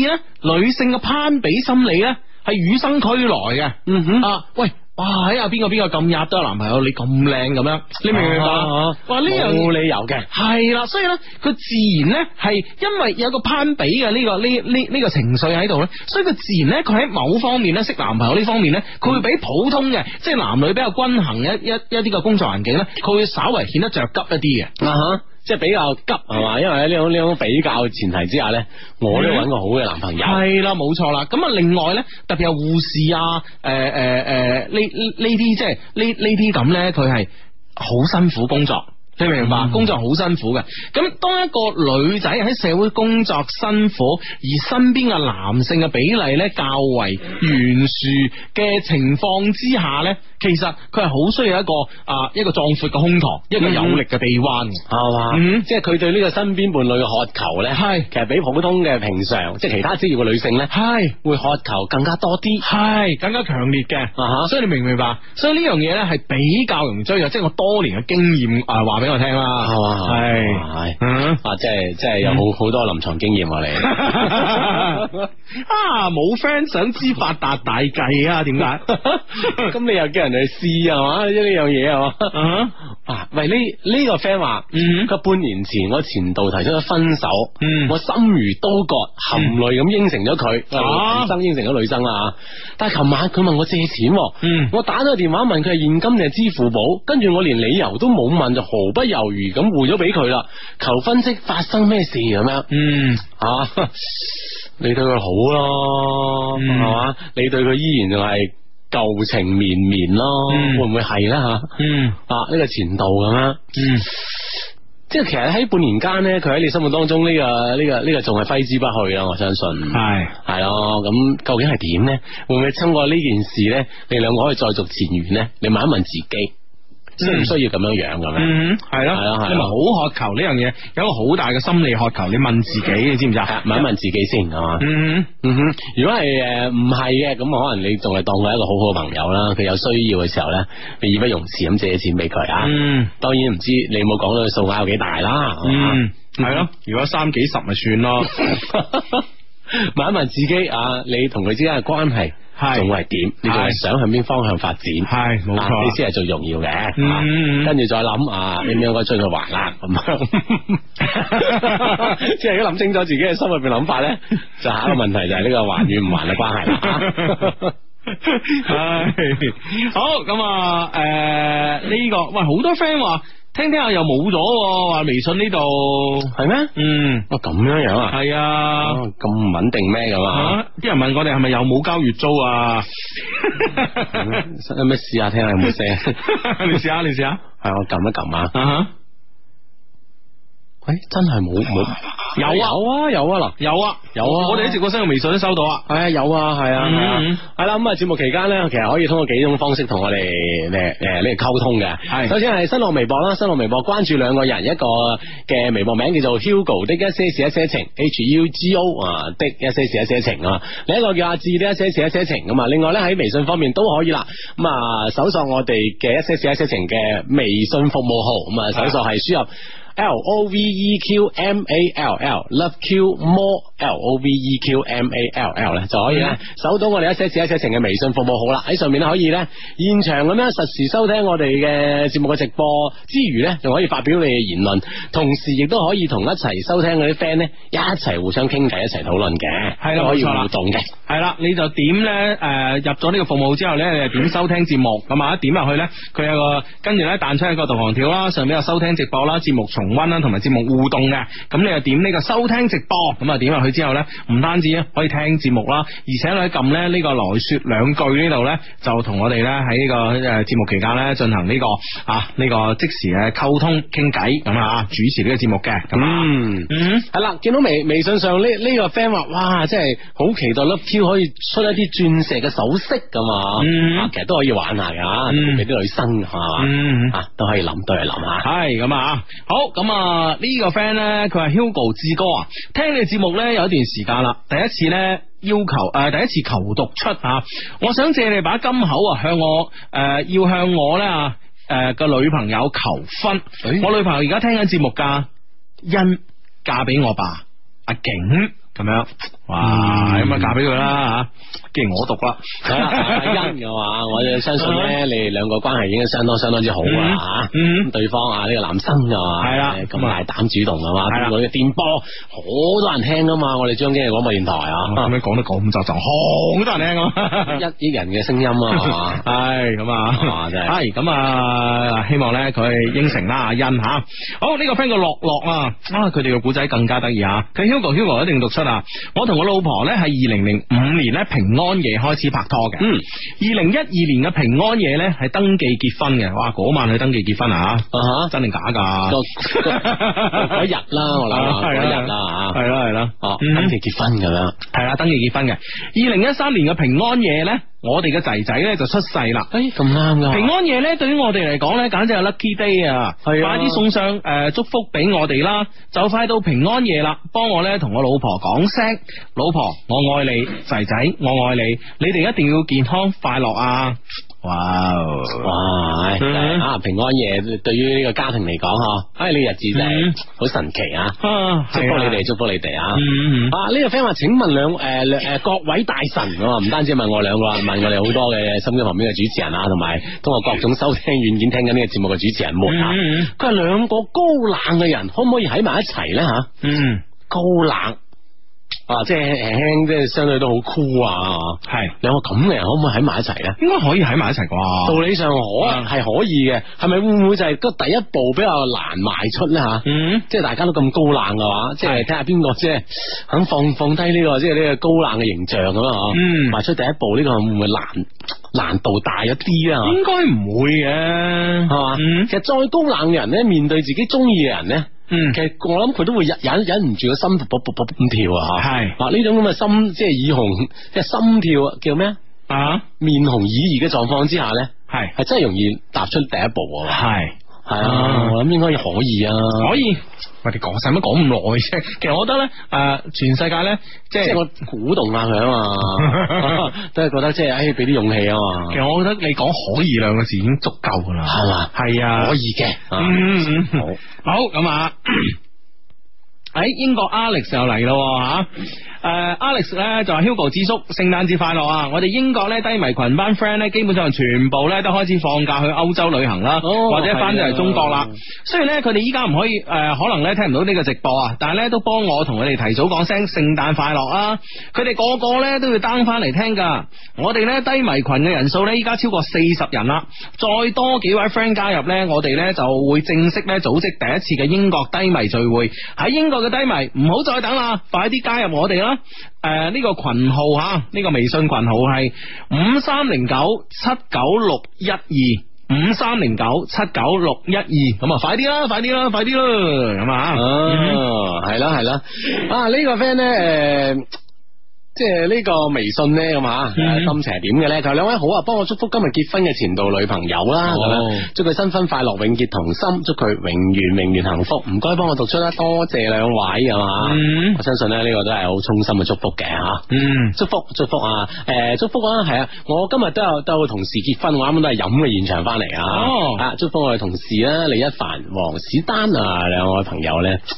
第二呢，女性嘅攀比心理呢，係與生俱來嘅。嗯哼，啊，喂，哇，喺啊邊個邊個咁吔都有男朋友，你咁靚咁樣，你明唔明白？啊啊哇，呢樣冇理由嘅，係啦，所以呢，佢自然呢，係因為有個攀比嘅呢、個呢呢呢个情緒喺度呢，所以佢自然呢，佢喺某方面呢，識男朋友呢方面呢，佢會比普通嘅即係男女比較均衡嘅一一一啲嘅工作環境呢，佢會稍為顯得着急一啲嘅。啊哈，即係比較急係嘛？因為喺呢種呢種比較前提之下咧，我都要揾個好嘅男朋友。係啦，冇錯啦。咁啊，另外咧，特別係護士啊，誒誒誒，呢呢呢啲即係呢呢啲咁咧，佢係好辛苦工作。你明唔明白？工作好辛苦嘅，咁當一個女仔喺社會工作辛苦，而身邊嘅男性嘅比例咧較為懸殊嘅情況之下咧，其實佢係好需要一個啊、一個壯闊嘅胸膛，一個有力嘅臂彎嘅。系嘛？嗯即係佢對呢個身邊伴侶嘅渴求咧，係其實比普通嘅平常，即係其他職業嘅女性咧，係會渴求更加多啲。啊係更加強烈嘅，哈啊所以你明唔明白？所以呢樣嘢咧係比較容易追嘅，即係我多年嘅經驗啊，話俾我聽啦，係嘛係，啊係嗯。啊，即係即係有好好多臨床經驗啊！ 你 啊，冇 friend 想知發達大計啊？點解？ 咁你又叫人哋去試係嘛？呢樣嘢 係嘛？啊，啊，喂，呢呢個 friend 話，嗯佢半年前我前度提出咗分手，嗯我心如刀割，含淚咁應承咗佢，啊女生應承咗女生啦啊但係琴晚佢問我借錢喎，嗯我打咗個電話問佢係現金定係支付寶，跟住我連理由都冇問，就毫不猶豫咁匯咗俾佢啦。求分析發生咩事咁樣嗯，啊？ 你對佢好咯，嗯係嘛？你對佢依然仲係舊情綿綿咯，嗯會唔會係啦吓？嗯，啊呢、個前度咁樣，嗯，即係其實喺半年間咧，佢喺你心目當中呢、個呢、個呢、個仲係揮之不去啊！我相信係。係咯，咁究竟係點咧？會唔會通過呢件事咧，你兩個可以再續前緣咧？你問一問自己，需唔需要咁樣樣咁樣？嗯，系咯，係咯係咯你咪好渴求呢樣嘢，有一個好大嘅心理渴求。你問自己，你知唔知啊？問一問自己先，係嘛？嗯，嗯哼，如果係诶唔係嘅，咁可能你仲係當佢一個好好嘅朋友啦。佢有需要嘅時候咧，你義不容辭咁借錢俾佢啊。嗯，當然唔知你有冇講到佢數額有幾大啦。係嘛 嗯，系咯，如果三幾十咪算咯，问一问自己啊，你同佢之間嘅關係係仲會係點？你仲係係想向邊方向發展？係冇啊錯呢先係最重要嘅。嗯啊嗯嗯跟住再諗啊，你應該追佢還啦咁樣。 即係如果諗清楚自己嘅心入邊諗法咧，就下一個問題就係呢個還與唔還嘅關係啦。啊 唉，好咁啊，诶、呢、個喂好多 friend 話聽聽下又冇咗喎，話微信呢度，係咩？嗯，哦，咁樣樣啊？係啊。哦咁唔穩定咩咁啊？啊！啲人問我哋係咪又冇交月租 啊？ 有咩試下聽下有冇聲？ 係你試下，你試下。我撳一撳啊！啊哈喂，真係冇冇有啊有啊有啊嗱。有啊有啊我哋喺直播室嘅微信都收到啊。系啊，有啊，系啊，系啊嗯嗯，系啦。咁啊，节目期間咧，其實可以通過幾種方式同我哋诶诶呢個溝通嘅。係首先係新浪微博啦，新浪微博關注兩個人，一個嘅微博名叫做 Hugo 的一些事一些情，H U G O 啊的一些事一些情啊。另一個叫阿志的一些事一些情咁啊。另外咧喺微信方面都可以啦。咁啊，搜索我哋嘅一些事一些情嘅微信服務號，咁啊，搜索係輸入。L O V E Q M A L L Love Q More L O V E Q M A L L 咧就可以咧嗯搜到我哋一些事一些情嘅微信服務號啦，喺上面咧可以咧現場咁樣實時收聽我哋嘅節目嘅直播之餘咧，仲可以發表你嘅言論，同時亦都可以同一齊收聽嗰啲 friend 咧一齊互相傾偈，一齊討論嘅，係啦都可以冇錯啦互動嘅。係啦，你就點咧？诶、入咗呢個服務之後咧，你就點收聽節目咁啊？一點入去咧，佢有個跟住咧彈出一個導航條啦，上面有收聽直播啦、節目重温啦，同埋節目互動嘅。咁你又點呢個收聽直播？咁啊點入去之後咧，唔單止可以聽節目啦，而且咧撳咧呢個來说兩句呢度咧，就同我哋咧喺呢個诶節目期間咧進行呢、個啊呢、個即時嘅溝通傾偈咁啊，主持呢個節目嘅咁啊，嗯。嗯系啦，見到微微信上呢呢、個 friend 話，哇，真係好期待 Love Q 可以出一啲鑽石嘅首飾咁啊！嗯啊其實都可以玩下噶，特嗯別俾啲女生係嘛，嗯。啊都可以諗，都係諗 下。系咁啊，好咁啊呢个 friend 咧，佢系 Hugo 志哥啊，听你嘅节目咧有一段时间啦，第一次咧。要求诶、呃第一次求讀出啊！我想借你把金口啊，向我诶、呃要向我咧啊诶個女朋友求婚。哎我女朋友而家聽緊節目噶，欣嫁俾我吧，阿景咁樣。哇，咁啊嫁俾佢啦吓，既然我讀啦，係啦，阿欣嘅話，我就相信咧，你哋兩個關係已經相當相當之好啦吓。嗯咁對方啊，呢個男生嘅話，係啦咁大膽主動啊嘛，係啦通過呢個電波，好多人聽噶嘛，我哋張經嘅廣播電台哦咁啊，樣講得咁就就好多人聽咁。一億人嘅聲音啊 嘛。唉，咁啊啊，真係係咁啊，希望咧佢應承啦，阿欣吓。好呢、個 friend 叫樂樂啊，啊，佢哋嘅古仔更加得意啊。佢 Hugo Hugo 一定讀出啊。我同同我老婆咧係二零零五年咧平安夜開始拍拖嘅，嗯，二零一二年嘅平安夜咧係登記結婚嘅，哇！嗰晚去登記結婚啊，啊真定假 噶？吓，個嗰日啦，我諗啊嗰係啊日啦吓，係啦係啦，哦，嗯登記結婚咁樣，係啦，登記結婚嘅。二零一三年嘅平安夜咧，我哋嘅仔仔咧就出世啦。诶哎咁啱噶，平安夜咧，對於我哋嚟講咧，簡直係 lucky day 啊！係啊快啲送上诶、呃祝福俾我哋啦！就快到平安夜啦，幫我咧同我老婆講聲，老婆我愛你，仔仔我愛你，你哋一定要健康快樂啊！哇哦！哇！唉嗯啊，平安夜對於呢個家庭嚟講嗬，唉，呢日子真嗯係好神奇啊！啊祝福你哋，祝福你哋啊！嗯嗯嗯啊！呢、個 friend 話：請問兩誒兩誒各位大神啊，唔單止問我兩個啊，問我哋好多嘅心機旁邊嘅主持人啊，同埋通過各種收聽軟件聽緊呢個節目嘅主持人們啊。嗯嗯佢話兩個高冷嘅人可唔可以喺埋一齊咧嚇？嗯，高冷啊，即係輕輕，即係相對都好酷啊！係兩個咁嘅人可唔可以喺埋一齊咧？應該可以喺埋一齊道啩？理上可嗯能係可以嘅，係咪會唔會就係個第一步比較難邁出咧嚇？嗯。即係大家都咁高冷嘅話，即係睇下邊個即係肯放放低呢、個即係呢個高冷嘅形象咁啊，嗯邁出第一步呢、個會唔會難難度大一啲啊？應該唔會嘅，係係嘛？嗯其實再高冷嘅人咧，面對自己中意嘅人咧，嗯其，實我諗佢都會忍忍忍唔住個心噗噗噗噗咁跳啊！嚇係啊，呢種咁嘅心即係耳紅即係心跳啊叫咩啊？啊，面紅耳熱嘅狀況之下咧，係係真係容易踏出第一步啊！係。係啊啊，我諗應該可以啊，可以，我哋講使乜講咁耐啫？ 其實我覺得咧，诶、全世界咧，即即係係我鼓動下佢啊嘛， 都係覺得即係，唉，俾啲勇氣啊嘛其，實我覺得你講可以兩個字已經足夠噶啦，係嘛係啊，可以嘅。啊嗯，嗯嗯好好咁啊。 喺英國 Alex 又嚟咯吓，誒、Alex 咧就話 Hugo 智叔聖誕節快樂啊！我哋英國咧低迷群班 friend 咧，基本上全部咧都開始放假去歐洲旅行啦，哦或者翻咗嚟中國啦係啊。雖然咧佢哋依家唔可以誒、可能咧聽唔到呢個直播啊，但係咧都幫我同佢哋提早講聲聖誕快樂啊！佢哋個個咧都要 down 翻嚟聽㗎。我哋咧低迷群嘅人數咧依家超過四十人啦，再多幾位 friend 加入咧，我哋咧就會正式咧組織第一次嘅英國低迷聚會。喺英國嘅低迷，唔好再等啦，快啲加入我哋啦！誒、呢、個群號吓，呢、個微信群號係五三零九七九六一二。五三零九七九六一二，咁啊，快啲啦，快啲啦，快啲啦，咁啊，哦，係啦係啦，啊呢個 friend 咧，诶。即係呢個微信咧咁吓，嗯心情係點嘅咧？佢話兩位好啊，幫我祝福今日結婚嘅前度女朋友啦，哦咁樣祝佢新婚快樂，永結同心，祝佢永遠永遠幸福。唔該，幫我讀出啦，多謝兩位係嘛。嗯我相信咧呢個都係好衷心嘅祝福嘅吓。嗯，祝福祝福啊！诶、祝福啊，系啊！我今日都有都有同事結婚，我啱啱都係飲嘅現場翻嚟啊！哦啊，祝福我哋同事啦，李一凡、黃史丹啊，兩位朋友咧系。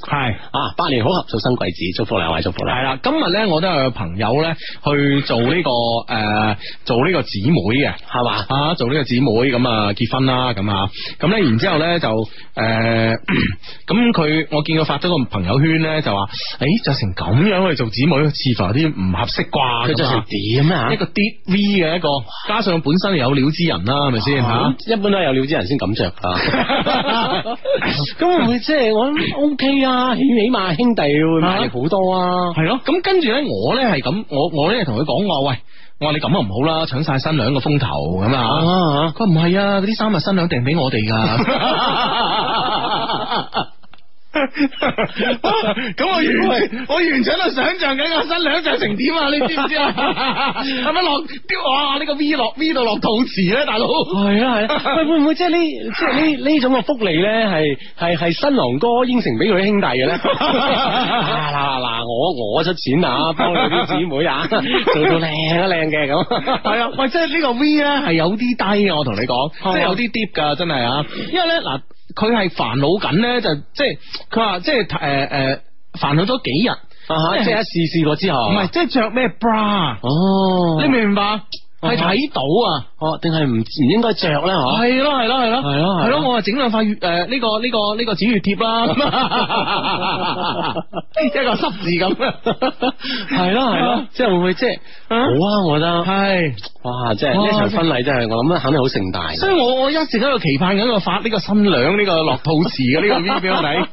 啊，百年好合，早生貴子，祝福兩位，祝福系兩位。啦，今日咧我都有朋友咧去做呢、個个诶、呃做呢個姊妹嘅。係嘛？啊，做呢個姊妹咁啊，結婚啦咁啊，咁咧然之後咧就诶， 咁、佢我見佢發咗個朋友圈咧就話，诶、着成咁樣去做姊妹，似乎有啲唔合適啩，佢着成點咁啊啊？一個 D V 嘅一個，加上本身有料之人啦，係咪先吓？啊一般都係有料之人先咁着 啊！咁會唔會即係我諗 O K 啊？起起碼兄弟會買力好多啊！系咯，咁跟住咧，我咧係咁，我我咧同佢講我話喂，我話你咁啊唔好啦，搶晒新娘個風頭咁啊。啊！佢話唔係啊，嗰啲衫係新娘訂俾我哋啊噶。 咁我完，我完全喺度想象緊個新娘着成點啊！你知唔知 啊？係咪落丟哇？呢個 V 落 V 到落肚臍咧，大佬。系啊系啊，喂會唔會即係呢即係呢呢種嘅福利咧，係係係新郎哥應承俾佢啲兄弟嘅咧？嗱嗱嗱，我我出錢啊，幫你啲姊妹啊，做到靚啊靚嘅咁。 係啊，喂，即係呢個 V 咧係有啲低嘅，我同你講，嘛即係有啲 d 噶，真係啊，因為咧嗱，佢係煩惱緊咧，就即係佢話即係诶诶煩惱咗幾日，啊哈即係一試試過之後，唔係即係着咩 bra，啊哦，你明唔明白？係睇到啊！哦，定係唔唔應該着咧？嗬，系咯系咯系咯哦係咯係咯系咯，我話整兩塊月诶呢個呢個呢個止血貼 啦， 一個濕字咁，係咯 係咯，即係會唔會即係好啊？我覺得，系，哇！即係呢一場婚禮真係我諗肯定好盛大 嘅。所以我我一直喺度期盼緊個發呢個新娘呢個落肚臍嘅呢個 V 俾我睇，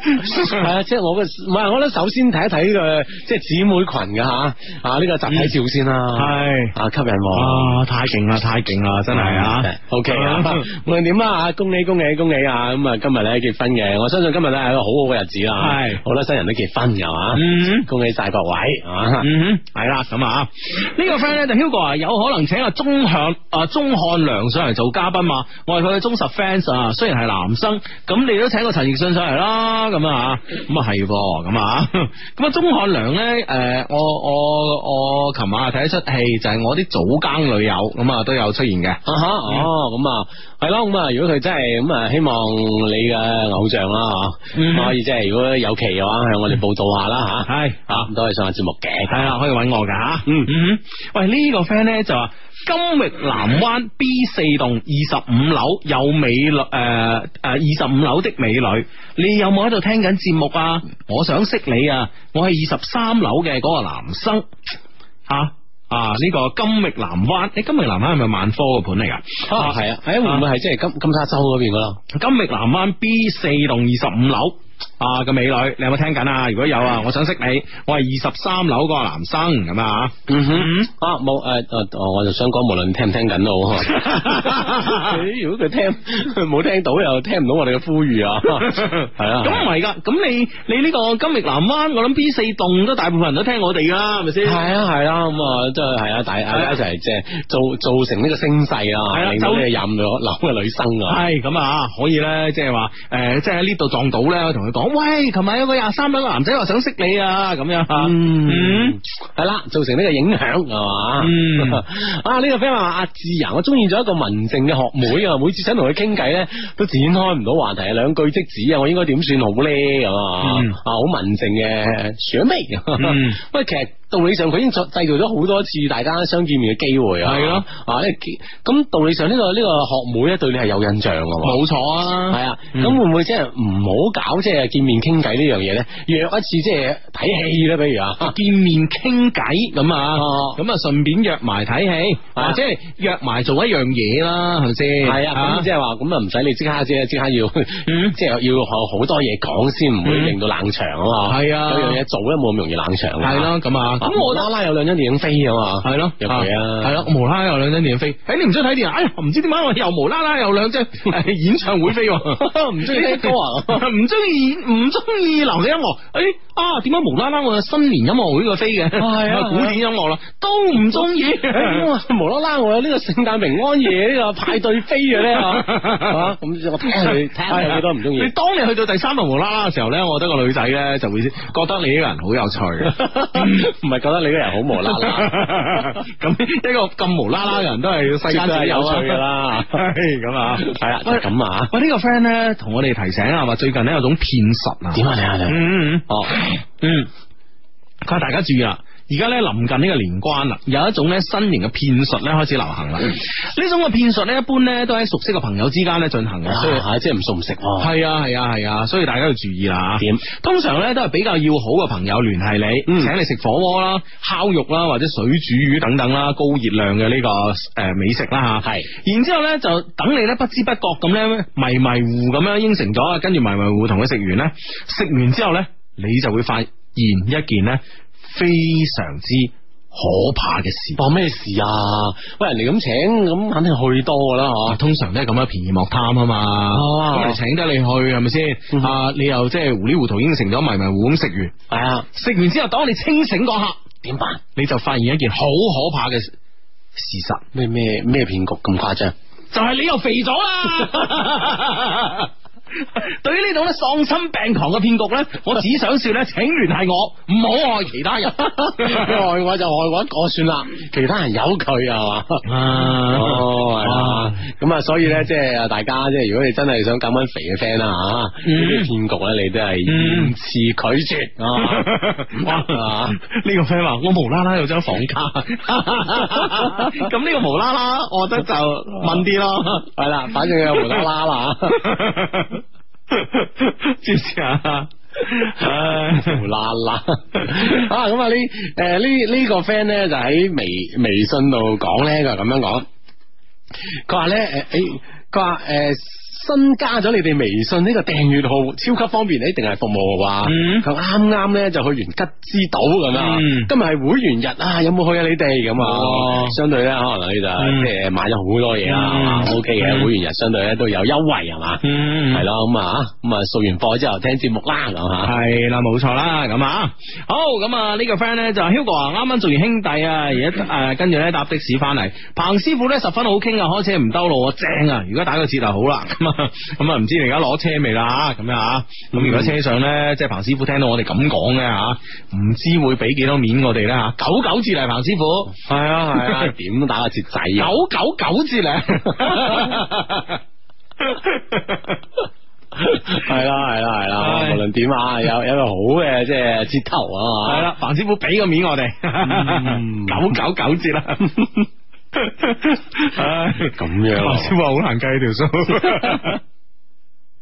系啊，即系我嘅，唔系，我覺得首先睇一睇呢個即係姊妹群嘅吓，啊呢個集體照先啦，系。啊吸引我。嗯啊！太勁啦，太勁啦，真 係啊，O K 啊，無論點啦，啊恭喜恭喜恭喜啊！咁啊，今日咧結婚嘅，我相信今日咧係一個好好嘅日子啦，係好多新人都結婚嘅嘛，嗯恭喜晒各位啊！嗯哼，系啦，咁啊，呢個 friend 咧就 Hugo 啊，有可能請阿鐘向啊鐘漢良上嚟做嘉賓嘛，我係佢嘅忠實 fans 啊，雖然係男生，咁你都請個陳奕迅上嚟啦，咁啊，咁啊係喎，咁啊， 咁啊鐘漢良咧，诶，我我我琴晚睇一出戲，就係我啲早更女友，咁啊都有出現嘅，啊哈，嗯哦，咁啊，系咯，咁啊，如果佢真系咁啊，希望你嘅偶像啦，吓、啊嗯可以即系如果有期嘅话，向我哋报道下啦，吓、係啊，咁都系上下节目嘅，系啦，可以揾我噶吓。嗯嗯哼，喂，呢、個 friend 咧就話金域南灣 B 四棟二十五樓有美女诶诶二十五樓的美女，你有冇喺度聽緊節目啊？我想識你啊！我係二十三樓嘅嗰個男生吓。啊啊！呢、個金域南灣，你金域南灣係咪萬科個盤嚟㗎？啊，系啊，诶、會唔會係即係金金沙洲嗰邊噶咯？金域南灣 B 四棟二十五樓啊個美女，你有冇聽緊啊？如果有啊，嗯我想識你，我係二十三樓嗰個男生咁啊。嗯嗯啊冇诶诶，我就想講，無論聽唔聽緊都好。 咦如果佢聽冇聽到，又聽唔到我哋嘅 呼籲啊，係啊，咁唔係噶，咁你你呢個金域南灣，我諗 B 四棟都大部分人都聽我哋噶啦，係咪先？係啊係啦，咁啊即係係啊，大係家啊一齊即係造造成呢個聲勢係啊，啊令到就呢個 任咗樓嘅女生啊。係咁啊，可以咧，即係話诶，呃即係喺呢度撞到咧，我同佢講，喂，琴晚有個廿三樓嘅男仔話想識你啊，咁樣吓，嗯，系啦，造成呢個影響係嘛？嗯 啊呢、個 friend 話阿志啊，我中意咗一個文靜嘅學妹啊，每次想同佢傾偈咧，都展開唔到話題，兩句即止啊，我應該點算好咧咁啊？嗯啊，好文靜嘅小妹，嗯 喂，其實道理上佢已經製製造咗好多次大家相見面嘅機會啊，係咯，啊，呢咁道理上呢、個呢、個學妹咧對你係有印象噶嘛？冇錯啊，系啊，嗯咁會唔會即係唔好搞即係見面傾偈呢樣嘢咧？約一次即係睇戲咧，比如啊。見面傾偈咁啊，哦咁啊順便約埋睇戲，啊或者係約埋做一樣嘢啦，係咪先？系啊，咁即系話咁啊，唔使你即刻即係即刻要，嗯即係要學好多嘢講先，唔會嗯令到冷場啊嘛。係啊有樣嘢做咧冇咁容易冷場。係咯，，咁啊，咁咁我我覺得啦啦有兩張電影飛啊嘛。系咯，入去啊系咯，無啦啦有兩張電影飛，诶、你唔中意睇電影？哎呀，唔知點解我又無啦啦有兩張 誒演唱會飛喎， 唔 中意聽歌啊，唔中意唔中意流行音樂，诶、啊，點解無啦啦我有新年音樂會個飛嘅？係 啊哎古典音樂啦，都唔中意。 咁啊無啦啦，我有呢個聖誕平安夜呢個派對飛嘅咧， 啊咁我睇下佢睇下佢啊有幾多唔中意啊你。當你去到第三輪無啦啦嘅時候咧，我覺得個女仔咧就會覺得你呢個人好有 趣。 嗯唔係覺得你個人好啊無啦啦， 咁一個咁無啦啦嘅人都係世間少絕對係有有啊趣㗎啦 係咁啊，係啦，就係咁啊。喂，呢、個 friend 咧同我哋提醒啊，話最近咧有種騙術啊。點啊？你啊你？嗯嗯哦，嗯，佢話大家注意啦。而家咧臨近呢個年關啦，有一種咧新型嘅騙術咧開始流行嗯啦。呢種嘅騙術咧，一般咧都喺熟悉嘅朋友之間咧進行嘅，所以啊即係唔熟唔食喎。係啊係啊係啊，所以大家要注意啦。點？通常咧都係比較要好嘅朋友聯繫你，嗯請你食火鍋啦、烤肉啦或者水煮魚等等啦，高熱量嘅呢、個诶、呃美食啦吓。係然之后咧就等你咧不知不覺咁咧迷迷糊咁樣應承咗，跟住迷迷糊糊同佢食完咧，食完之後咧你就會發現一件咧非常之可怕嘅事。哇哦咩事啊？喂，人哋咁請，咁肯定去多噶啦，啊，嗬。通常都係咁樣便宜莫貪啊嘛，哦咁人哋請得你去係咪嗯先？啊，你又即係糊里糊塗應承咗，迷迷糊咁食完，係啊，食完之後當你清醒嗰刻，點辦？你就發現一件好可怕嘅事實，咩咩咩騙局咁誇張？就係你又肥咗 啦。對於呢種咧喪心病狂嘅騙局咧，我只想說咧，請聯繫我，唔好害其他人。 你害我就害我一個算啦，其他人由佢啊嘛。哦，係啊，咁啊，所以咧，即係大家即係，如果你真係想減緊肥嘅 friend 啦嗯吓，呢啲騙局咧，你都係嚴詞拒絕啊。哦哇！呢個 friend 話我無啦啦有張房卡， 咁呢個無啦啦，我覺得就問啲咯。係啦，反正又無啦啦啦，知唔知啊？唉無啦啦 啊！咁啊，呢诶呢呢個 friend 咧就喺微微信度講咧，佢係咁樣講。佢話咧，诶、誒佢話诶新加咗你哋微信呢個訂閱號，超級方便，你一定係服務啊嘛。嗯佢啱啱咧就去完吉之島咁啊嗯，今日係會員日啊，有冇去啊你哋咁哦啊？相對咧，可能你就嗯即係買咗好多嘢啦嗯嗯，OK 嘅會員日相對咧都有優惠係 嘛？嗯係咯，咁啊，咁啊掃完貨之後聽節目啦，咁啊吓。系啦，冇错啦，咁啊，好咁啊，呢个 friend 咧就話 Hugo 啊，啱啱做完兄弟啊，而家诶跟住咧搭的士翻嚟，彭师傅咧十分好倾啊，開車唔兜路啊，正啊，如果打個折就好啦，咁啊，咁啊，唔知你而家攞車未啦，咁樣啊，咁如果車上咧，即係彭師傅聽到我哋咁講嘅吓，唔知會俾幾多面我哋咧啊吓，九九折嚟，彭師傅，系啊系啊，点都打個折仔啊！九九九折嚟。系啦系啦系啦，唉無論點啊，有有一個好嘅即係折頭啊嘛。系啦，彭師傅俾個面我哋，嗯九九九折啦。唉，咁樣啊彭師傅話好難計條數。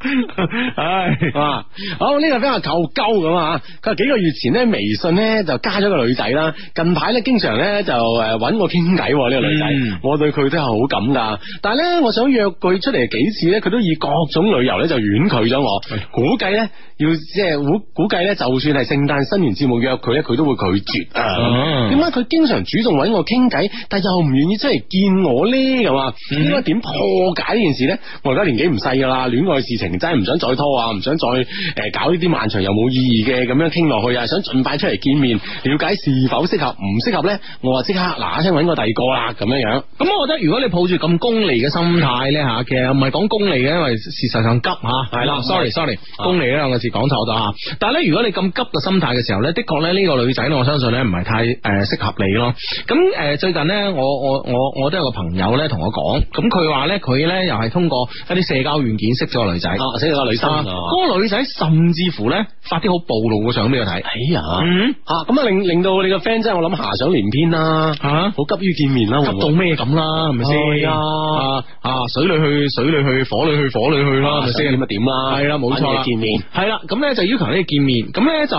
唉，啊，好呢、個比較求鳩咁啊！佢話幾個月前咧，微信咧就加咗個女仔啦。近排咧，經常咧就诶揾我傾偈喎呢個女仔，嗯我對佢都係好感噶。但係咧，我想約佢出嚟幾次咧，佢都以各種理由咧就婉拒咗我。哎估計咧要即係估估計咧，就算係聖誕新年節目約佢咧，佢都會拒絕哦啊。點解佢經常主動揾我傾偈，但又唔願意出嚟見我咧？咁啊，嗯應該點破解呢件事呢？我而家年紀唔細噶啦，戀愛事情真係唔想再拖啊，唔想再诶、呃搞呢啲漫長又冇意義嘅咁樣傾落去啊，想盡快出嚟見面，了解是否適合，唔適合呢？我啊即刻嗱嗱聲揾個第二個啦，咁樣樣。咁我覺得如果你抱住咁功利嘅心態咧吓，其實唔係講功利嘅，因為事實上急吓，係啦，sorry sorry，功利呢兩個字講錯咗吓。但係咧，如果你咁急嘅心態嘅時候咧，的確咧呢個女仔呢我相信咧唔係太誒適合你咯。咁誒最近咧，我我我我都有個朋友咧同我講，咁佢話咧佢咧又係通過一啲社交軟件識咗個女仔，啊，死咗個女生啊啊！嗰個女仔甚至乎咧發啲好暴露嘅相俾佢睇。哎呀，嗯啊咁啊令令到你個 friend 真係我諗遐想連篇啦，嚇。好急於見面啦，急會唔會到咩咁啦，係咪係先？啊啊啊，水裏去，水裏去，火裏去，火裏去啦，係啊咪想先點？就點啦，係啦冇錯啦啊揾嘢見面。系啦，咁咧就要求呢見面，咁咧就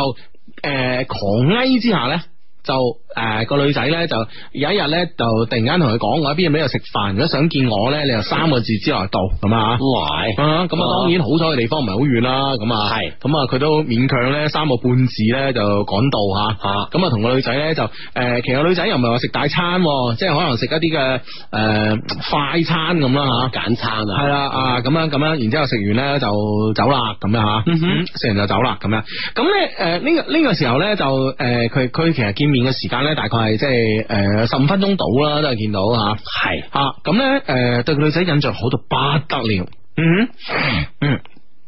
诶、呃狂翳之下咧。就誒個、女仔咧，就有一日咧，就突然間同佢講，我喺邊度邊度食飯，如果想見我咧，你就三個字之內到咁啊！喂，啊，咁啊，當然好彩嘅地方唔係好遠啦，咁啊，係咁啊，佢都勉強咧三個半字咧就趕到吓，啊咁啊，同個女仔咧就誒、呃其實個女仔又唔係話食大餐喎，即係可能食一啲嘅誒快餐咁啦吓。揀餐啊，系啦啊，咁样咁样，然之后食完咧就走啦，咁样吓，嗯食完就走啦，咁样。咁咧诶呢個呢個時候咧就诶佢佢其實見面嘅時間咧大概係即係诶十五分鐘到啦，都係見到吓係吓。咁咧诶對個女仔印象好到不得了，嗯嗯，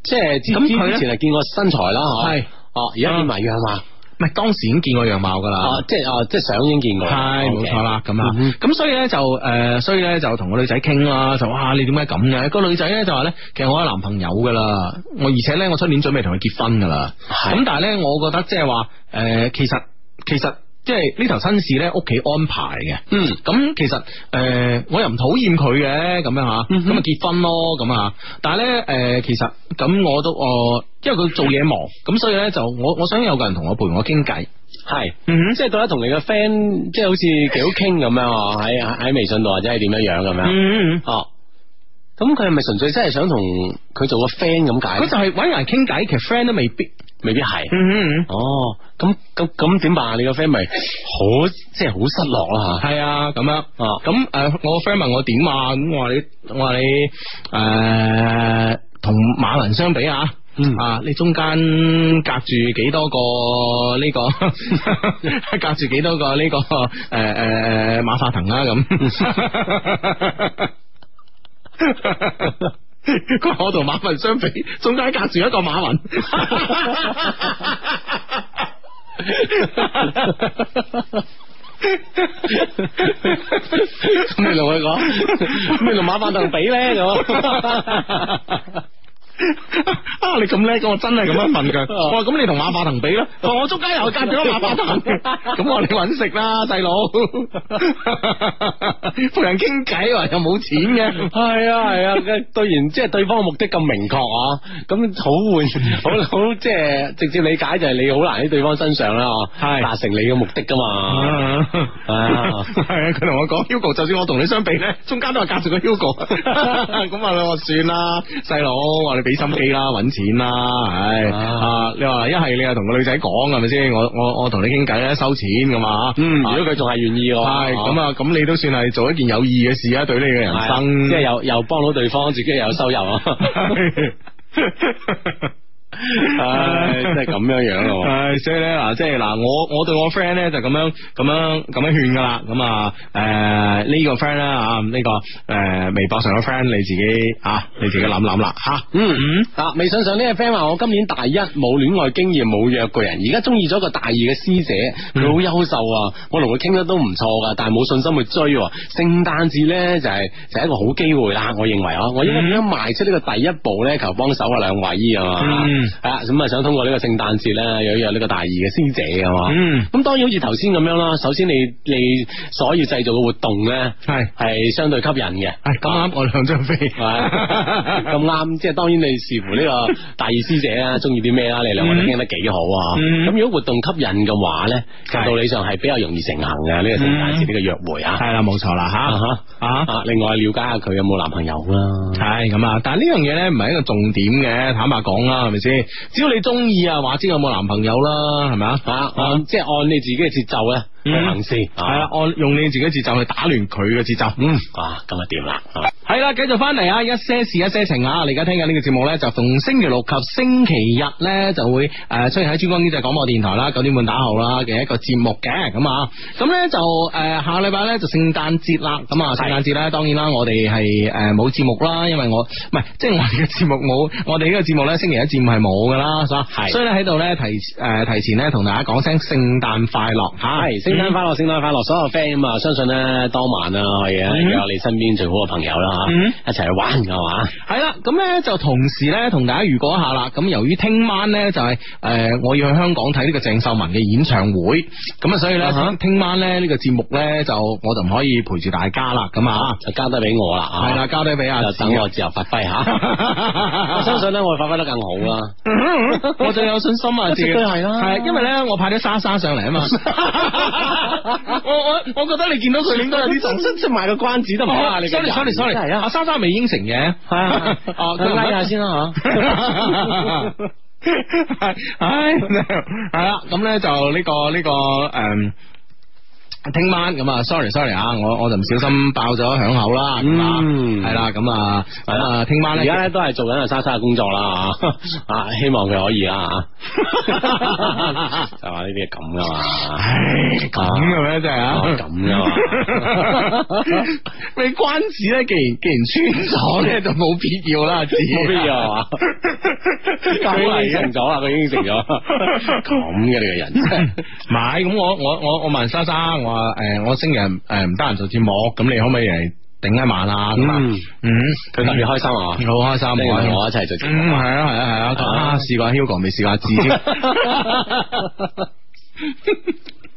即係之咁佢呢之前係見過身材啦，嗬，係啊哦，而家見埋樣貌。唔係當時已經見過樣貌噶啦啊，。即系啊，即系相已經見過，系冇錯啦，咁啊嗯，咁所以咧就诶，所以咧就同個女仔傾啦，就哇你點解咁嘅？個女仔咧就話咧，其實我有男朋友噶啦，我而且咧我出年準備同佢結婚噶啦，係咁但係咧我覺得即係話诶，其實其實即係呢頭新事咧屋企安排嘅。嗯，咁其實诶、呃我又唔討厭佢嘅咁樣吓，嗯咁哼啊結婚咯咁啊，但係咧诶，其實咁我都我、因為佢做嘢忙，咁所以咧就我我想有個人同我陪我傾偈，係，嗯咁即係覺得同你個 friend 即係好似幾好傾咁樣啊，喺喺喺微信度或者係點樣樣咁樣，嗯。哦，咁佢係咪純粹真係想同佢做個 friend 咁佢解？就係搵人傾偈，其實 friend 都未必。未必係， 嗯哦，咁咁咁點辦啊？你個 friend 咪好即係好失落啦吓，系啊，咁樣。啊，咁诶、呃我 friend 問我點啊？咁我話你，我話你诶，同、馬雲相比啊。嗯啊！你中間隔住幾多個 呢、個隔住幾多個呢、個诶诶诶馬化騰啊 咁。佢話我同馬雲相比，中間隔住一個馬雲。 咁你同佢講，咁你同馬化騰比咧咁。啊！你咁叻，我真係咁樣問 佢。哦我話咁你同馬化騰比啦。佢話我中間又隔咗馬化騰，咁我話你揾食啦，細佬。 同人傾偈話又冇錢嘅。系啊系啊，對然即係對方嘅目的咁明確啊，咁好換好好即係直接理解就係你好難喺對方身上啦，係達成你嘅目的噶 嘛。係啊，佢同我講 Hugo，就算我同你相比咧，中間都係隔住個 Hugo。咁 啊，我話算啦，細佬，我話你俾心機啦，揾錢啦，唉，啊，你話一係你又同個女仔講係咪先？我我我同你傾偈咧，收錢咁嘛。嗯，如果佢仲係願意嘅話，哦系咁啊，咁你都算係做一件有意義嘅事啊，對你嘅人係啊，生，即係又又幫到對方，自己又有收入 啊。 唉，真係咁樣樣咯。唉，所以咧嗱，即係嗱，我我对我 friend 咧就咁樣咁樣咁樣勸噶啦，咁啊诶呢個 friend 啦啊呢個诶微博上嘅 friend 你自己啊你自己諗諗啦吓，嗯，啊，微信上呢個 friend 話我今年大一冇戀愛經驗，冇約過人，而家中意咗個大二嘅師姐，嗯佢好優秀啊，我同佢傾得都唔錯噶，但係冇信心去追喎。聖誕節呢，就係、就係一個好機會啦，我認為啊，我應該嗯點樣邁出呢個第一步呢？求幫手啊，兩位啊嘛，嗯係啊，咁啊想通過呢個聖誕節呢，約一約呢個大二嘅師姐啊嘛。嗯咁當然好似頭先咁樣啦，首先你你所要製造嘅活動呢，係係相對吸引嘅，係咁啱我兩張 飛，係咁啱，即係當然你視乎呢個大二師姐啦，中意啲咩啦，你兩個都嗯傾得幾好啊。嗯咁、如果活動吸引嘅話咧，就係道理上係比較容易成行嘅呢、個聖誕節呢個約會啊。係啦冇錯啦啊吓哈啊。啊，另外了解下佢有冇男朋友啦。系咁啊，但系呢樣嘢咧唔係一個重點嘅，坦白講啦，係咪先？只要你中意啊，話知有冇男朋友啦，係咪啊？啊，按即係按你自己嘅節奏咧去嗯行事。系啦，，按用你自己節奏去打亂佢嘅節奏。嗯，啊，咁啊掂啦。啊系啦，繼續翻嚟啊，一些事一些情啊，你而家聽緊呢個節目咧，就逢星期六及星期日咧就會诶出現啊喺珠江經濟廣播電台啦，九點半打後啦嘅一個節目嘅咁啊，咁咧就诶下個禮拜咧就聖誕節啦，咁啊聖誕節咧當然啦，我哋係诶冇節目啦，因為我唔係即係我哋嘅節目冇，我哋呢個節目咧星期一至五係冇噶啦，所以係所以咧喺度咧提诶提前咧同大家講聲聖誕快樂吓，系聖誕快樂，聖誕快樂！所有 friend 咁啊，相信咧當晚啊，可以啊嗯約你身邊最好嘅朋友啦嗯吓，一齊去玩 係嘛？系啦，咁呢就同時呢，同大家預告一下啦。咁由於聽晚呢，就係呃我要去香港睇呢個鄭秀文嘅演唱會，咁啊所以啊哈呢，聽晚呢，呢個節目呢，就我就唔可以陪住大家啦，咁啊就交低俾我啦啊。係啦，交低俾阿就志等啊我自由發揮吓。我相信咧，我會發揮得更好 啦。 我最有信心啊，自己絕對係啦係因為咧我派咗莎莎上嚟啊 嘛，我我我覺得你見到佢應該有啲動即即賣個關子都唔好啊！你哦 sorry sorry sorry，係啊阿，莎莎未應承嘅，係 啊，哦，佢佢拉下先啦啊吓。系， 唉， 系啦，咁咧就呢、個呢、個诶。誒聽晚咁啊，sorry sorry 啊，我我就唔小心爆咗響口啦，咁啊，嗯係啦，咁啊，咁啊，聽晚而咧家，咧都係做緊阿莎莎嘅工作啦， 啊啊，希望佢可以啦，啊就話呢啲係咁噶嘛，唉，咁嘅咩真係啊哦，咁㗎嘛 你關子咧，既然既然穿咗咧，就冇必要啊啦，啊子冇必要係 嘛，佢已經成咗啦，佢已經成 咗，咁嘅你個人真 係，唔係，咁我我我我問莎莎，我話诶、誒我星期日诶唔得閒做節目，咁你可唔可以嚟頂一晚啊？咁啊，嗯，嗯，佢特別開心啊，好開心，你開心同我一齊做節嗯，目啊。係啊，係啊，係啊，啊，試過 Hugo 未試過阿志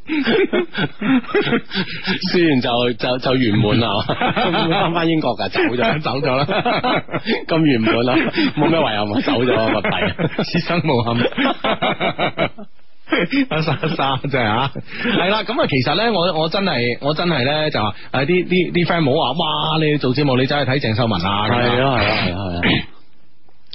雖然就就就圆满啦，嗯翻翻英國噶， 走先，咗，走咗啦，咁圆滿啦，冇咩遺憾啊，走咗 咪弊。此生無 憾。阿莎莎真係啊，係啦，咁啊，其實咧，我我真係我真係咧就話，誒啲啲啲 friend 冇話，哇，你做節目你走去睇鄭秀文啊，咁樣係啊係啊係啊，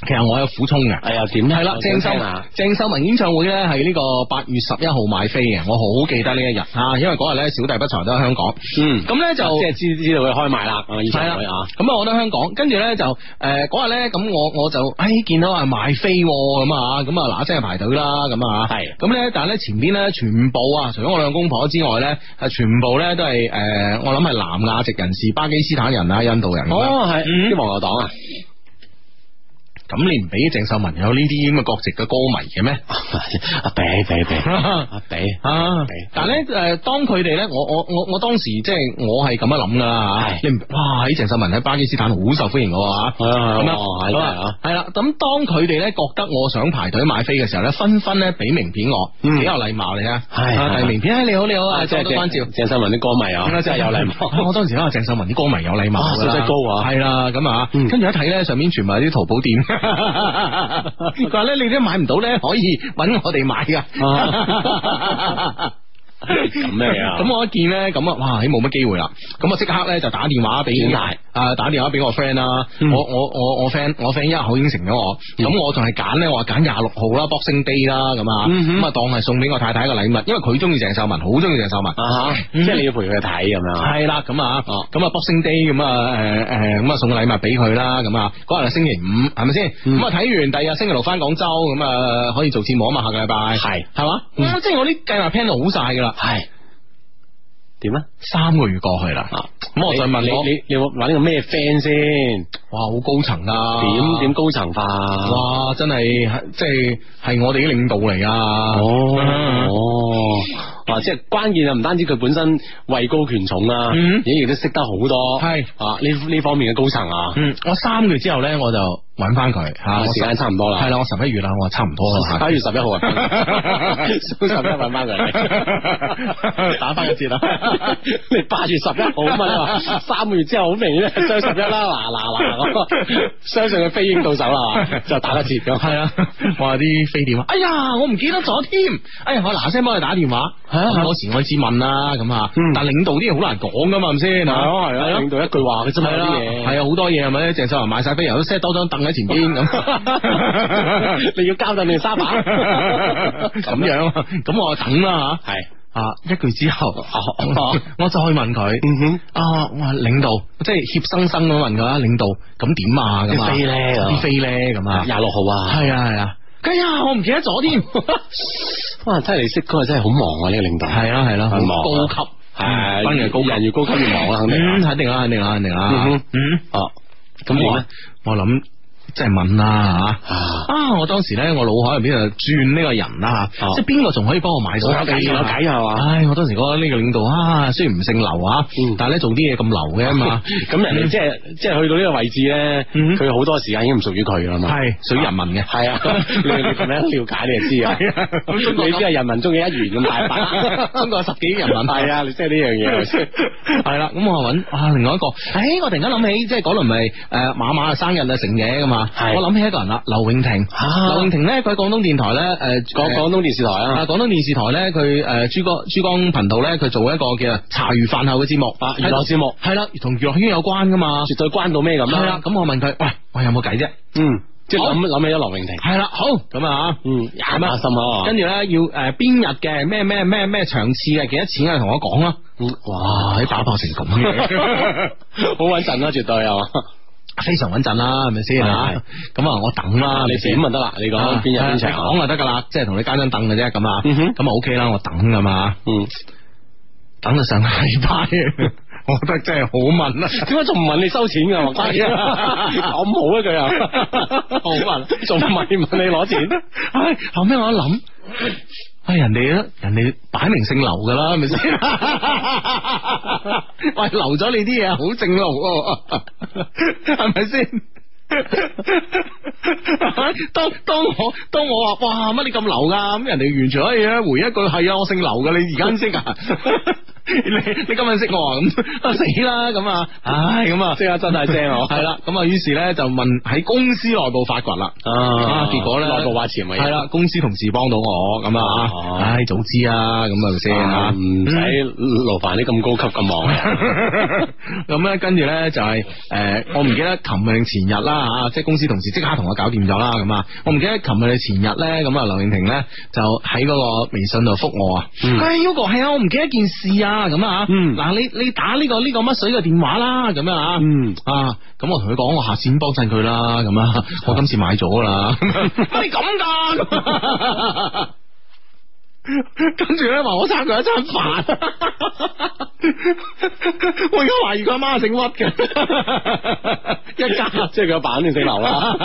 其實我有苦衷嘅。哎呀點咧？系啦，郑秀啊，郑秀文演唱會咧係呢個八月十一號買飛嘅，我好記得呢一日啊，因為嗰日咧小弟不才都喺香港，嗯，咁咧就即係知知道佢開賣啦，啊，以係前啦佢啊，，咁啊我都喺香港，跟住咧就诶嗰日咧咁我我就诶見到啊買飛喎咁啊咁啊嗱聲排隊啦咁啊係咁咧但係咧前邊咧全部啊除咗我兩公婆之外咧係全部咧都係诶我諗係南亞啊哦嗯籍人士、巴基斯坦人啊、印度人咁樣哦係啲黃牛黨啊，咁你唔俾郑秀文有呢啲咁嘅國籍嘅歌迷嘅咩？阿比比 比，阿比，啊！但系咧，诶，當佢哋咧，我我我我當時即係我係咁樣諗噶啦你係唔哇，喺鄭秀文喺巴基斯坦好受歡迎嘅喎係啊咁哇樣真係啊啊，係啦。咁當佢哋咧覺得我想排隊買飛嘅時候咧，紛紛咧俾名片我，嗯幾有禮貌你啊，係啊係遞名片，哎你好你好啊，即多系多關照。郑秀文啲歌迷啊， 真系有礼貌。 我當時咧，鄭秀文啲歌迷有禮貌啊㗎啦，素質高啊係啦，咁啊，嗯跟住一睇咧，上面全部係啲淘寶 店，佢話咧你都買唔到咧，可以揾我哋買噶啊。 咁咩啊咁我一見咧，咁啊，哇，咦冇乜機會啦。咁我即刻咧就打電話俾點解啊，打電話俾我 friend 啦。嗯我我我我 friend 我 friend 一口應承咗我，嗯咁我仲係揀咧，我話揀廿六號啦，Boxing Day 啦，咁啊，嗯哼咁啊當係送俾我太太一個禮物，因為佢中意鄭秀文，好中意鄭秀文。 啊吓，即系你要陪佢睇咁样。系啦，咁啊，哦咁啊，Boxing Day 咁啊，诶诶，咁啊送個禮物俾佢啦，咁啊，嗰日係星期五，係咪先？嗯咁啊睇完，第二日星期六翻廣州，咁啊可以做節目啊嘛，下個禮拜係嗯係嘛，啱即係我啲計劃 plan 好晒噶啦，系点啊？三個月過去啦，啊咁我再問你我，你你揾呢个咩 friend 先？哇，好高層啊，点点？高层化？哇，真係即係係我哋啲領導嚟噶，哦嗯哦，哇！即系关键啊，唔单止佢本身位高权重啦，嗯而亦都识得好多係啊呢呢方面嘅高层啊，嗯，我三個月之後咧，我就揾翻佢吓，啊我时间差唔多啦，係啦，我十一月啦，我話差唔多啦，八月十一號啊，雙十一揾翻佢，打返個折啦你八月十一號啊嘛，你話三個月之後好明顯係雙十一啦，嗱嗱嗱咁，相信佢飛鷹到手啦，就打個折咁。系啊，我話啲飛碟啊，哎呀，我唔記得咗添，哎呀，我嗱聲幫佢打電話，係啊咁嗰時我知問啦，咁啊嗯，但領導啲嘢好難講噶嘛，係咪先？係領導一句話嘅啫嘛，係啦啲，嘢係啊，好多嘢係咪？鄭秀文買晒飛油，都 set 多張凳喺前邊咁， 你要交凳定沙板，咁樣，咁我等啦吓。係，啊！一句之後，我再問佢嗯哼，啊，我話領導，即係怯生生咁問佢啊，領導咁點啊咁啊？啲飛咧啲飛咧咁啊？廿六號啊，系啊系啊，哎呀，我唔記得咗 添。哇！真係你識嗰個真係好忙啊，呢個領導係啦係啦，好好忙高啊級，嗯係關鍵係高級，人越高級越忙啦肯定啊嗯肯定啦，肯定啦，肯定嗯啦哼。嗯，哦，咁咁點我咧？我諗即係問啦吓。啊。啊！我當時咧，我腦海入邊就轉呢個人啦吓，哦即係邊個仲可以幫我買到我有計飛啊我有計係嘛唉，我當時覺得呢個領導啊，雖然唔姓劉啊嗯，但係咧做啲嘢咁啊流嘅 嘛，咁人哋即系即系去到呢個位置咧，嗯佢好多時間已經唔屬於佢噶啦嘛，係屬於人民嘅係啊，你 你咁樣了解你就 知啊啊係啊，中國你知係人民中嘅一員咁大 把，中國有十幾億人民幣 係啊，你即係呢樣嘢係咪先系啦，咁我揾啊另外一個，诶、我突然間諗起，即係嗰輪咪诶馬馬生日啊成嘢噶嘛，係我諗起一個人啦，劉永婷，啊劉永婷咧佢喺廣東電台咧，诶、呃、廣廣東電視台啊啊，廣東電視台咧佢诶珠江珠江頻道咧佢做一個叫茶餘飯後嘅節目，啊娛樂節目係啦，同娛樂圈有關噶嘛，絕對關到咩咁係啦啦，，咁我問佢，喂，我有冇計啫？嗯，即係好諗諗起咗劉永婷，係啦，好咁啊。嗯，咁啊廿心啊，跟住咧要诶边日嘅咩咩咩咩場次嘅幾多錢啊？同我講 啦。嗯哇！你打破成咁嘅， 好穩陣啦，絕對係嘛， 非常穩陣啦，係咪先係啊係？咁啊，我等啦，你點 啊？就得啦，你講邊日邊場啊講就得噶啦，即係同你加張凳嘅啫，咁啊，嗯哼咁啊 OK 啦，我等噶嘛，嗯，等到上個禮拜， 我覺得真係好問啊！點解仲唔問你收錢㗎？關鍵 係咁 啊好啊 佢啊，好問仲唔係問你攞錢？唉，後尾我一諗，唉，哎人哋咧，人哋擺明姓劉噶啦，係咪 先？喂，留咗你啲嘢好正路喎，係咪先？ 當當我當我話哇乜你咁流噶咁人哋完全可以咧回一句係啊我姓劉噶你而家先識啊 你你今日識我啊咁啊死啦咁啊唉咁啊即刻真係聲啊係啦咁啊於是咧就問喺公司內部發掘啦 啊，啊结果咧內部挖潛啊，系啦，公司同事幫到我咁哦啊，唉，早知啊，咁係咪先啊啊，唔使勞煩啲咁高級咁忙嘅 嗯人。咁咧，跟住咧就係诶，我唔記得琴日定前日啦吓，即系公司同事即刻同我搞掂咗啦咁啊，我唔記得琴日定前日咧，咁啊劉永婷咧就喺嗰個微信度覆我啊，嗯唉 Hugo 係啊，我唔記得件事啊，咁啊，嗯嗱你你打呢個呢個乜水嘅電話啦，咁樣啊。嗯，啊，咁我同佢講，我下次先幫襯佢啦，咁啊，我今次買咗㗎啦，你咁噶？ 跟住咧話我爭佢一餐飯，我而家懷疑佢阿媽姓屈嘅，一家 即係佢阿爸肯定姓 劉啦。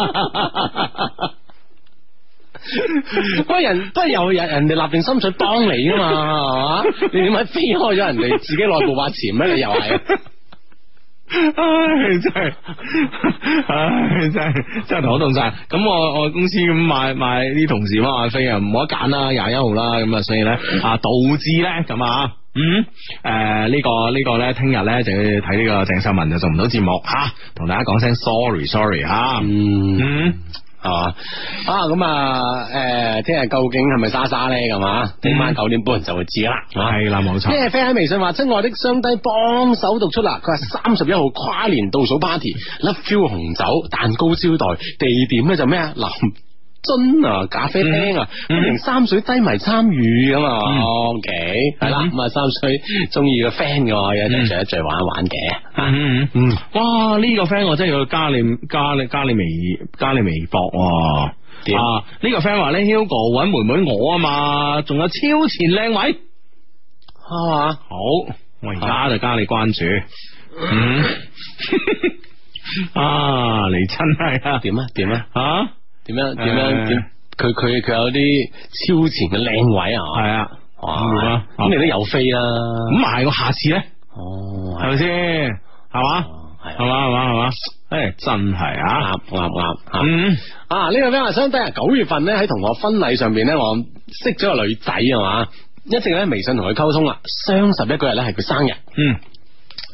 不過人不過又人人哋立定心水幫你噶 啊嘛，係嘛？你點解飛開咗人哋自己內部挖潛咧？你又係 唉，真系，唉，真系，真系頭痛晒。咁我我公司咁買買啲同事幫我飛啊，冇得揀啦，廿一號啦，咁啊，所以咧嗯啊，導致咧咁啊。嗯，诶、呢、個呢、個咧，聽日咧就要睇呢個鄭秀文就做唔到節目吓，同、大家講聲 sorry sorry 吓、嗯嗯，係嘛啊咁啊誒，聽日究竟係咪莎莎咧咁啊？聽晚九點半就會知啦。啊嗯係啦，冇錯呢。位 friend 喺微信話：親愛的雙低幫手讀出啦！佢話三十一號跨年倒數 party，Love You 紅酒蛋糕招待，地點咧就咩啊？南津啊，咖啡廳啊，嗯歡迎三水低迷參與咁啊嗯，OK，係啦，嗯咁啊三水中意嘅 friend 嘅話，一嗯齊聚一聚玩一玩嘅。嗯嗯嗯，哇！呢、個 friend 我真係要加你加你加你微加你微博喎、點啊！呢、個 friend 話咧，Hugo 揾妹妹我啊嘛，仲有超前靚位，係嘛？好，我而家就加你關注。嗯， 啊，你真係啊，點啊？點啊？啊，點樣？點誒樣？點？佢佢佢有啲超前嘅靚位啊！係啊，點哇啊！咁你都有飛啦。咁埋我下次咧，哦，係係咪先？係嘛，係啊係嘛，係嘛，係嘛，誒，真係啊，啱啱啱啊！嗯，啊，呢個 friend 話相低啊，九月份咧喺同學婚禮上邊咧，我識咗個女仔啊嘛，一直咧微信同佢溝通啦。雙十一嗰日咧係佢生日，嗯。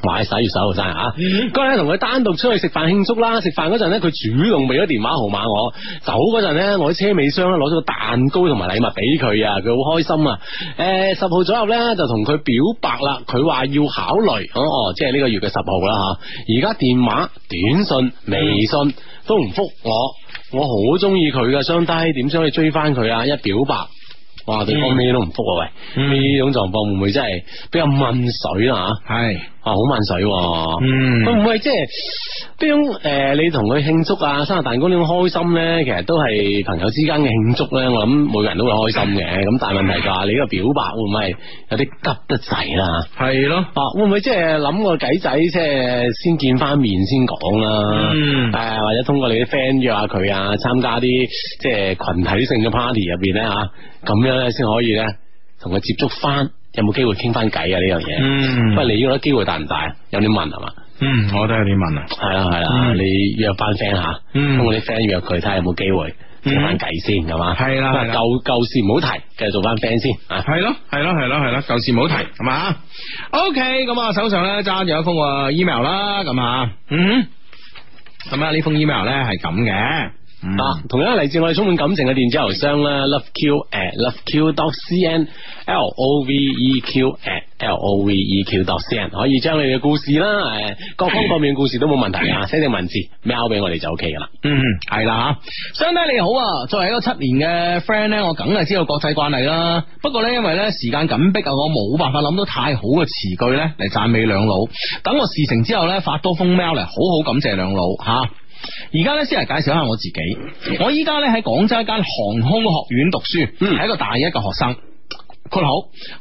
話喺十一月十一號生日啊。嗰日咧同佢單獨出去食飯慶祝啦，食飯嗰陣咧佢主動俾咗電話號碼我，走嗰陣咧我喺車尾箱咧攞咗個蛋糕同埋禮物俾佢啊，佢好開心啊。誒、十號左右咧就同佢表白啦，佢話要考慮，哦哦，即係呢個月嘅十號啦嚇。而家電話、短信、微信都唔覆我。我好中意佢噶，相低點先可以追翻佢啊？一表白，哇！對方咩都唔覆啊，喂，嗯呢種狀況會唔會真係比較問水啦吓？係，啊，好問水喎、嗯會唔會即係呢種诶、呃你同佢慶祝啊，生日蛋糕呢種開心咧，其實都係朋友之間嘅慶祝咧。我諗每個人都會開心嘅，咁但係問題就係你呢個表白會唔會係有啲急得滯啦？係咯，啊，會唔會即係諗個計仔，即係先見翻面先講啦？嗯誒、或者通過你啲 friend 約下佢啊，參加啲即係群體性嘅 party 入邊咧嚇，咁樣咧先可以咧同佢接觸翻，有冇機會傾翻偈啊？呢樣嘢，嗯不過你覺得機會大唔大？有啲問係嘛？嗯，我都有啲問啊。係啦係啦，嗯你約翻 friend 嚇，嗯通過啲 friend 約佢睇下有冇機會傾翻偈先係嘛？係啦係啦舊舊事唔好提，繼續做翻 friend 先啊！系咯，系咯，系咯，系咯，旧事冇提，係嘛？OK，咁啊，手上咧揸住一封啊 email 啦，咁啊，嗯，咁啊，呢封 email 咧係咁嘅，嗯啊，同樣嚟自我哋充滿感情嘅電子郵箱啦，loveq at loveq dot cn，l o v e q at l o v e q dot cn，可以將你哋嘅故事啦，誒各嗯方各面嘅故事都冇問 題啊，寫定文字 mail 俾我哋就 OK 噶啦。嗯，係啦吓，相低你好啊，作為一個七年嘅 friend 咧，我梗係知道國際慣例啦。不過咧，因為咧時間緊迫啊，我冇辦法諗到太好嘅詞句咧嚟讚美兩老。等我事成之後咧，發多封 mail 嚟好好感謝兩老吓。而家咧先嚟介紹下我自己，我依家咧喺廣州一間航空學院讀書，係、嗯一個大一嘅學生。括好，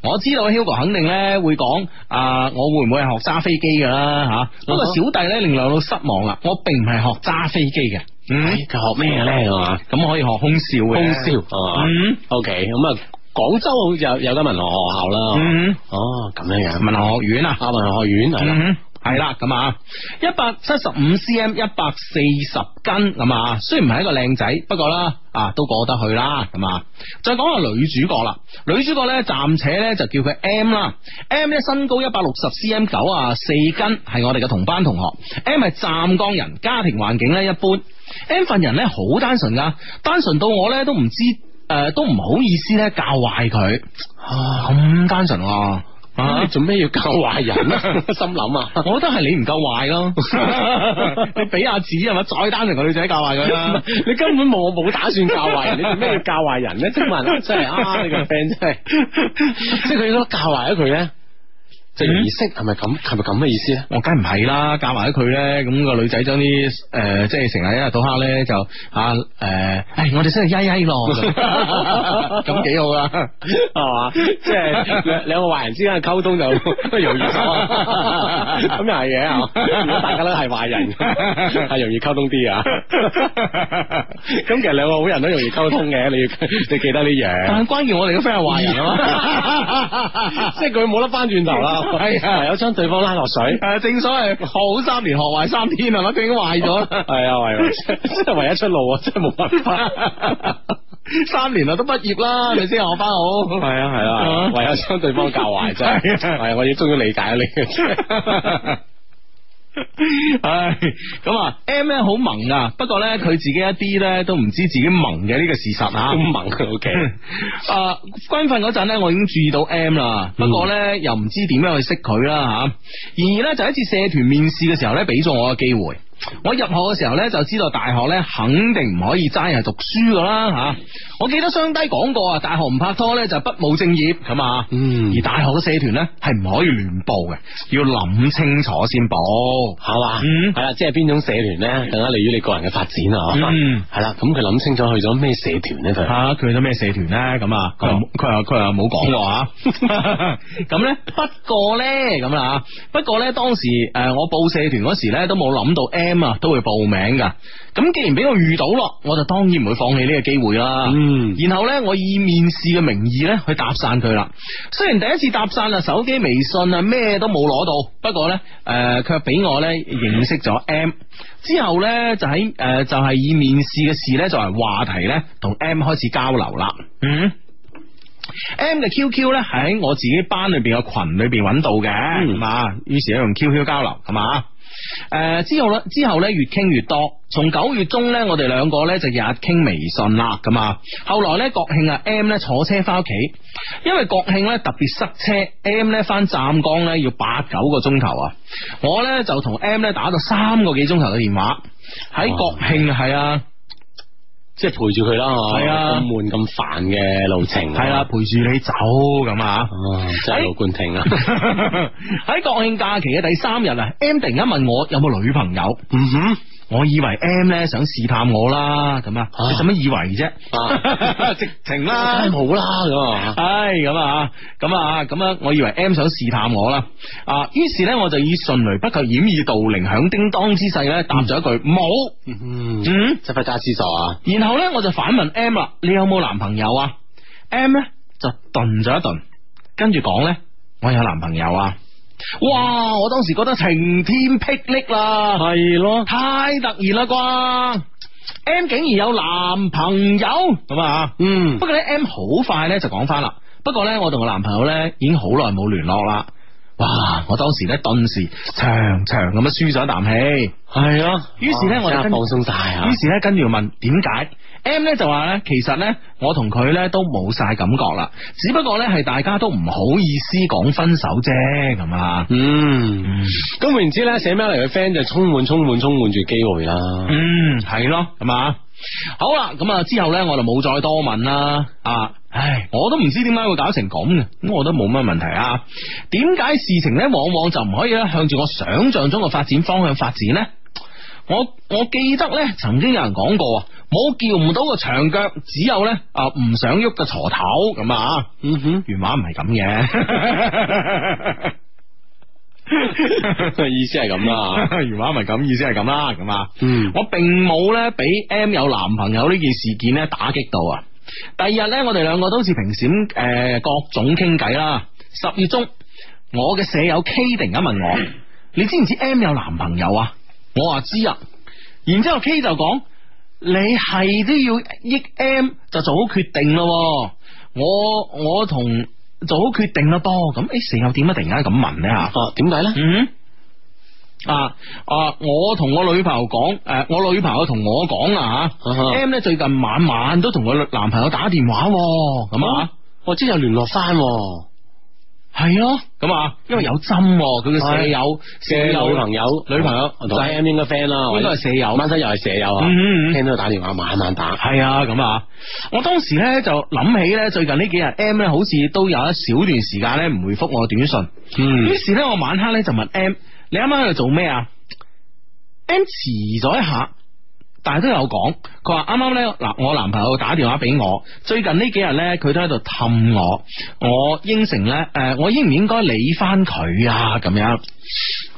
我知道 Hugo 肯定咧會講啊、我會唔會係學揸飛機噶啦吓？不過嗯哼小弟咧令兩老失望啦，我並唔係學揸飛機嘅，嗯誒，佢學咩咧？係嘛，咁可以學空少嘅，通宵係嘛嗯？OK，咁啊，廣州好似有有間文學學校啦。嗯，哦，咁樣樣，文學學院啊，啊文學學院係啦。嗯。系啦，咁啊，一百七十五 cm，一百四十斤咁啊，虽然唔系一个靓仔，不过啦啊都过得去啦，咁啊，再讲下女主角啦，女主角咧暂且咧就叫佢 M 啦，M 咧身高一百六十 cm 九啊四斤，系我哋嘅同班同学，M 系湛江人，家庭环境咧一般，M 份人咧好单纯噶，单纯到我咧都唔知诶、呃都唔好意思咧教坏佢，啊咁单纯喎咁啊你做咩要教壞人 啊？心諗啊！我覺得係你唔夠壞 咯，你俾阿子係咪再單純個女仔教壞佢 唔啦？係你根本冇冇打算教壞人，你做咩要教壞 人啊咧？即係問，真係啊！你個 friend 真係，即係佢如果教壞咗佢咧，即系儀式係咪咁？係咪咁嘅意思啊咧？我哦梗唔係啦，夾埋咗佢咧，咁、個女仔將啲诶，即係成日一日到黑咧就啊诶，唉、我哋先去曳曳咯， 咁幾好啊啦。係嘛？哦即係兩兩個壞人之間嘅溝 通就容易咗，咁又係嘅。係嘛如果大家都係壞 人，係容易溝通啲啊。咁其實兩個好人都容易溝通嘅，你要 你記得呢樣。但係關鍵我哋嘅 friend 係壞人啊 嘛，即系佢冇得翻转头啦，係啊唯有将对方拉落 水，诶，呃正所謂學好三年，學壞三天係嘛，佢已經壞咗 啦。系啊，唯有即系唯一出路啊，真系冇办法，三年啦啊都畢業啦，係咪先學翻系好？啊系啊，唯有将對方教壞真 係，係啊係我要終於理 解你。 唉，咁啊，M 咧好萌啊，不過咧佢自己一啲咧都唔知自己萌嘅呢個事實啊咁。猛嘅 O K， 啊，军训嗰阵咧，我已经注意到 M 啦，不过咧又唔知点样去识佢啦吓。然而咧就喺一次社团面试嘅时候咧，俾咗我個机会。我入学嘅时候咧，就知道大学咧肯定唔可以齋係讀書噶啦吓。我記得雙低講過啊，大學唔拍拖咧就不務正業咁啊。嗯而大學嘅社團咧係唔可以亂報嘅，要諗清楚先報。係嘛，嗯係啦，即係邊種社團咧，更加利於你個人嘅發展啊，嗯啊係啦，咁佢諗清楚去咗咩社團咧佢，吓佢去咗咩社團咧？咁啊，佢又冇佢又佢又冇講過啊。 咁咧，不過咧咁啦，不過咧當時诶我報社團嗰時咧都冇諗到 M 啊都會報名噶。咁既然俾我遇到咯，我就當然唔會放棄呢個機會啦。嗯然後咧我以面試嘅名義咧去搭訕佢啦。雖然第一次搭訕啊，手機、微信啊咩都冇攞到，不過咧诶卻俾我咧認識咗 M。之後咧就喺诶、呃就係以面試嘅事咧作為話題咧，同 M 開始交流啦。嗯。M 嘅 QQ 咧係喺我自己班裏边嘅群裏边揾到嘅，嗯咁啊、於是咧用 QQ 交流，係嘛？诶、之後咧，之后咧越傾越多。從九月中咧，我哋兩個咧就日日傾微信啦，咁啊。後來咧，國慶啊，M 咧坐車翻屋企，因為國慶咧特別塞車，M 咧翻湛江咧要八九個鐘頭啊。我咧就同 M 咧打咗三個幾鐘頭嘅電話，喺國慶係啊。即係陪住佢啦，嗬係啊咁悶咁煩嘅路程，啊系啦，，陪住你走咁啊！哦，真係老官 聽啊，喺國慶假期嘅第三日啊，M 突然間問我有冇女朋友，嗯哼，我以為 M 咧想試探我啦，咁啊，啊你使乜以為啫？啊直情梗係冇啦咁啊。唉，咁啊，咁啊，咁啊，我以為 M 想試探我啦，啊，於是咧我就以迅雷不及掩耳盜鈴響叮當之勢咧答咗一句冇，嗯，嗯，執不加思索啊！然後咧我就反問 M 啦，你有冇男朋友啊？M 咧就頓咗一頓，跟住講咧，我有男朋友啊。哇！我當時覺得晴天霹靂啦，係咯，太突然啦啩！M 竟然有男朋友咁啊！嗯不，過咧，M 好快咧就講翻啦。不過咧，我同我男朋友咧已經好耐冇聯絡啦。哇！我當時咧頓時長長咁樣舒咗一啖氣。係咯。啊於是呢哇我就哦真係跟放鬆晒啊於。是咧，跟住問點解？M 咧就話咧，其實咧，我同佢咧都冇晒感覺啦，只不過咧係大家都唔好意思講分手啫，咁啊。嗯，咁換言之咧，寫 mail 嚟嘅 friend 就充滿、充滿、充滿住機會啦。嗯，係咯，咁啊。好啦，咁啊之後咧，我就冇再多問啦。啊，唉，我都唔知點解會搞成咁嘅，咁我都冇乜問題啊。點解事情咧往往就唔可以咧向住我想象中嘅發展方向發展呢？我我記得咧，曾經有人講過啊，冇叫唔到個長腳，只有咧啊唔想喐嘅鋤頭咁啊。嗯哼，原話唔係咁嘅。意思係咁啦。 原話唔係咁，意思係咁啦，咁啊。嗯，我並冇咧俾 M 有男朋友呢件事件咧打擊到啊。第二日咧，我哋兩個都好似平時咁诶、呃各種傾偈啦。十月中，我嘅舍友 K 突然間問我：你知唔知 M 有男朋友啊？我話知啊。然之后 K 就講：你係都要益 M 就做好決定咯。我我同做好決定咯噃。咁誒舍友點解突然間咁問呢？吓？哦，點解咧？嗯。啊啊！我同我女朋友講，诶、我女朋友同我講啊啊哈吓，M 咧最近晚晚哦都同佢女男朋友打電話喎，咁啊，我即係有聯絡翻喎。系咯，咁啊，因为有针喎，佢嘅舍友嘅女朋友，啊女朋友同 M 应该 friend 啦，應該係舍友晚身又系舍友啊，嗯嗯嗯聽到佢打電話晚晚打，系啊，咁啊，我當時咧就諗起咧，最近呢幾日 M 咧好似都有一小段時間咧唔回覆我短信，嗯於是咧我晚黑咧就問 M：你啱啱喺度做咩啊？M 遲咗一下，但係都有講，佢話啱啱咧嗱，我男朋友打電話俾我，最近呢幾日咧佢都喺度氹我，我應承咧诶，誒我應唔應該理翻佢啊？咁樣，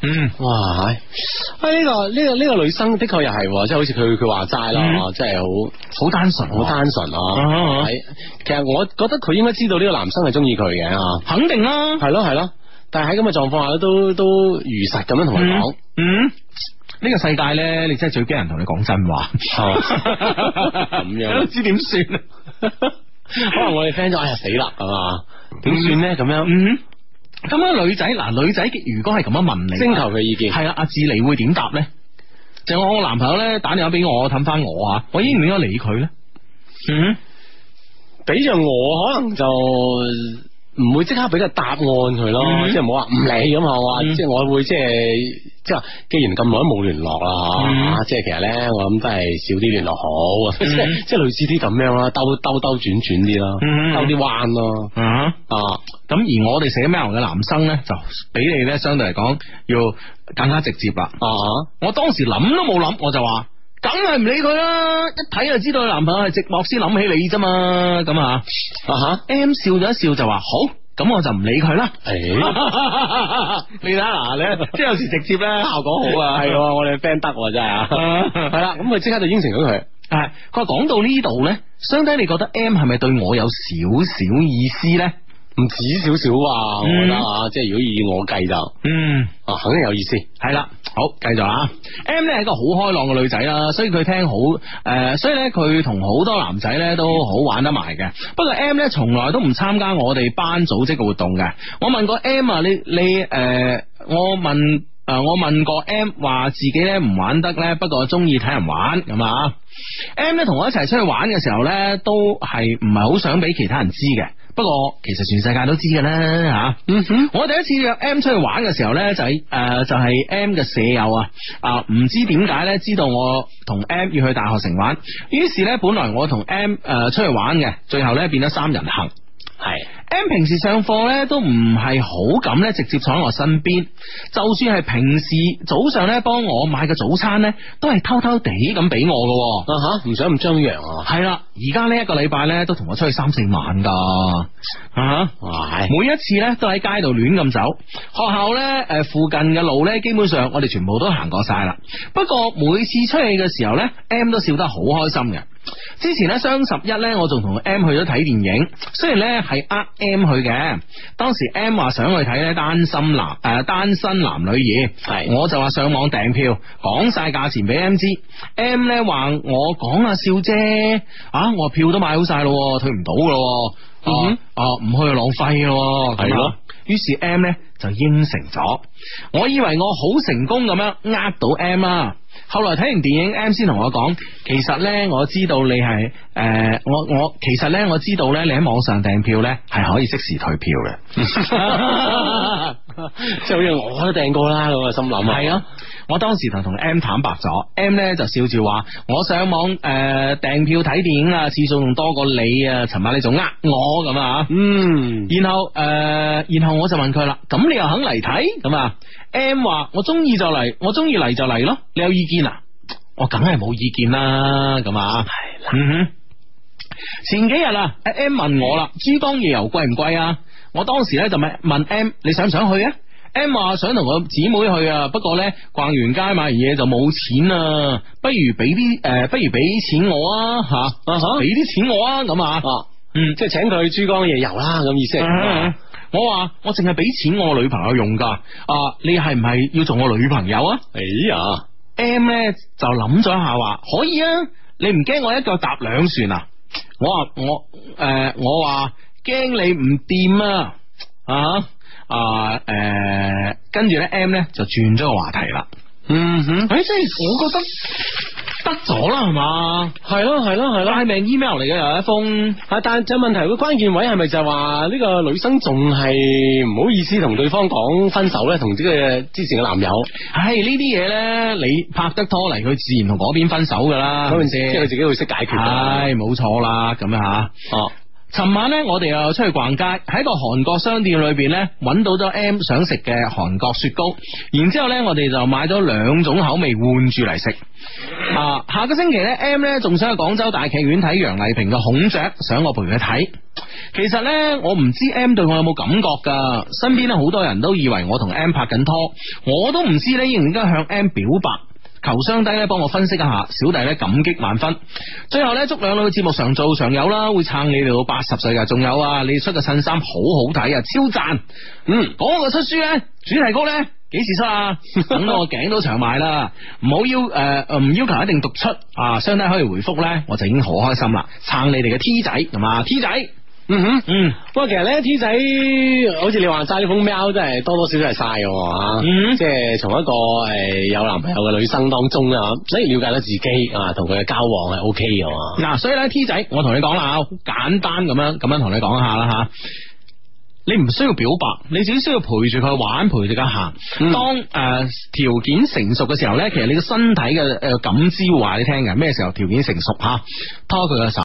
嗯，哇，唉啊呢個呢個呢個女生的確又係，即係好似佢佢話齋啦，嗯即係好好單純喎，好單純啊哦啊，係，其實我覺得佢應該知道呢個男生係中意佢嘅啊，肯定啦，係咯係咯，但係喺咁嘅狀況下都都如實咁樣同佢講，嗯，呢、個世界咧，你真係最驚人同你講真話，係嘛哦咁樣 都。知點算啊？可能我哋 friend 咗，哎呀死啦，係嘛？點算咧？咁樣嗯，咁樣女仔嗱，女仔如果係咁樣問你，徵求佢意見，係啦，啊阿志你會點答咧？就我男朋友咧打電話俾我氹翻我啊，我應唔應該理佢咧？嗯，俾着我可能就唔會即刻俾個答案佢咯，嗯即係唔好話唔理咁係嘛？嗯即係我會即係即係話，既然咁耐都冇聯絡啦，嗯啊即係其實咧，我諗都係少啲聯絡好，即係即係類似啲咁樣啦，兜兜兜轉轉啲啦，嗯兜啲彎咯，啊，啊咁而我哋寫 mail 嘅男生咧，就比你咧相對嚟講要更加直接啦。啊我當時諗都冇諗，我就話梗係唔理佢啦，一睇就知道佢男朋友係寂寞先諗起你啫嘛，咁啊啊嚇， M 笑咗一笑就話好，咁我就唔理佢啦。誒。 你睇下嗱 咧，即係有時直接咧效果好 啊，系喎，我哋 friend 得喎真系 啊，系啦，咁佢即刻就應承咗佢，係啊佢話講到呢度咧，相低你覺得 M 係咪對我有少少意思咧？唔止少少啊，我覺得啊，即係如果以我計就嗯。啊，肯定有意思，系啦，好，繼續啊。M 咧係一個好開朗嘅女仔啦，所以佢聽好诶、呃所以咧佢同好多男仔咧都好玩得埋嘅。不過 M 咧從來都唔參加我哋班組織嘅活動嘅。我問過 M 啊，你你诶、呃我問诶、呃我問過 M 話自己咧唔玩得咧，不過中意睇人玩咁啊。M 咧同我一齊出去玩嘅時候咧，都係唔係好想俾其他人知嘅。不過其實全世界都知嘅啦吓。嗯哼，我第一次約 M 出去玩嘅時候呢，就係、诶就係、M 嘅舍友啊，啊唔知點解呢，知道我同 M 要去大學城玩，於是呢，本來我同 M 诶出去玩嘅，最後呢變咗三人行。係 M 平時上課呢都唔係好敢呢直接坐喺我身邊，就算係平時早上呢幫我買嘅早餐呢，都係偷偷地咁俾我嘅喎。啊吓，唔想咁張揚啊，係啦，而家呢一個禮拜呢，都同我出去三四晚噶，啊！ 哇， 每一次咧都喺街度亂咁走，學校咧诶附近嘅路咧，基本上我哋全部都行過晒啦。不過每次出去嘅時候咧，M 都笑得好開心嘅。之前咧雙十一咧，我仲同 M 去咗睇電影，雖然咧係呃 M 去嘅，當時 M 話想去睇咧單身男诶、呃單身男女二，係我就話上網訂票，講晒價錢俾 M 知，M 咧話我講下笑啫，啊我話票都買好晒咯，退唔到噶咯。嗯哼啊啊，唔去就浪費咯，啊係咯。於是 M 呢就應承咗，我以為我好成功咁樣呃到 M 啦。後來睇完電影，M 先同我講，其實呢，我知道你係诶、呃我我其實呢，我知道呢，你喺網上訂票呢係可以即時退票嘅。即係好似我都訂過啦，咁啊心諗啊，系啊，我當時就同 M 坦白咗，M 咧就笑住話：我上網诶订、訂票睇電影啊，次數仲多過你啊，尋晚你仲呃我咁啊。嗯，然後诶、呃然後我就問佢啦，咁你又肯嚟睇咁啊？M 話我中意就嚟，我中意嚟就嚟咯，你有意見啊？我梗係冇意見啦，咁啊，系啦，嗯哼。前幾日啊阿，M 問我啦，珠江夜遊貴唔貴啊？我當時咧就問問 M，你想唔想去啊？M 話想同我姊妹去啊，不過咧逛完街買完嘢就冇錢啊，不如俾啲诶，不如俾錢我啊吓，哈俾啲錢我啊咁啊，啊，嗯即係請佢去珠江夜遊啦，咁意思係咁啊，我話我淨係俾錢我女朋友用噶，啊，你係唔係要做我女朋友啊哎呀， ？M 咧就諗咗一下話可以啊，你唔驚我一腳踏兩船啊？我話我诶、我話驚你唔掂啊，啊啊诶、誒跟住咧 M 咧就轉咗個話題啦。嗯哼，诶、即係我覺得得咗啦，系嘛？系咯系咯系咯。拉命 email 嚟嘅又一封，啊！但就問題個關鍵位係咪就係話呢個女生仲係唔好意思同對方講分手咧？同呢個之前嘅男友，唉呢啲嘢咧，你拍得拖嚟，佢自然同嗰邊分手噶啦，嗰陣時先即係佢自己會識解決嘅。唉，冇错啦，咁樣吓。哦，尋晚咧，我哋又出去逛街，喺個韓國商店裏边咧，揾到咗 M 想食嘅韓國雪糕，然之后咧，我哋就買咗兩種口味換住嚟食。啊，下個星期咧，M 咧仲想去廣州大劇院睇楊麗萍嘅《孔雀》，想我陪佢睇。其實咧，我唔知 M 對我有冇感覺噶，身邊咧好多人都以為我同 M 拍緊拖，我都唔知咧應唔應該向 M 表白。求相低咧，幫我分析一下，小弟咧感激萬分。最後咧，祝兩老節目常做常有啦，會撐你哋到八十歲噶。仲有啊，你出嘅襯衫好好睇啊，超讚！嗯，嗰、個出書咧，主題曲咧。幾時出啊？等到我頸都長埋啦！唔好要诶，呃唔、要求一定讀出啊，相低可以回覆咧，我就已經好開心啦！撐你哋嘅 T 仔同埋 T 仔，嗯哼。嗯不過其實咧，T 仔好似你話齋呢封 mail 真係多多少少係晒嘅喎啊嚇，嗯即係從一個誒有男朋友嘅女生當中啊，所以了解到自己啊，同佢嘅交往係 OK 嘅喎。嗱，所以咧 T 仔，我同你講啦，好簡單咁樣咁樣同你講下啦吓。你唔需要表白，你只需要陪住佢玩，陪住佢行。嗯當诶条、條件成熟嘅時候咧，其實你嘅身體嘅诶、呃感知會話你聽嘅，咩時候條件成熟吓，拖佢嘅手。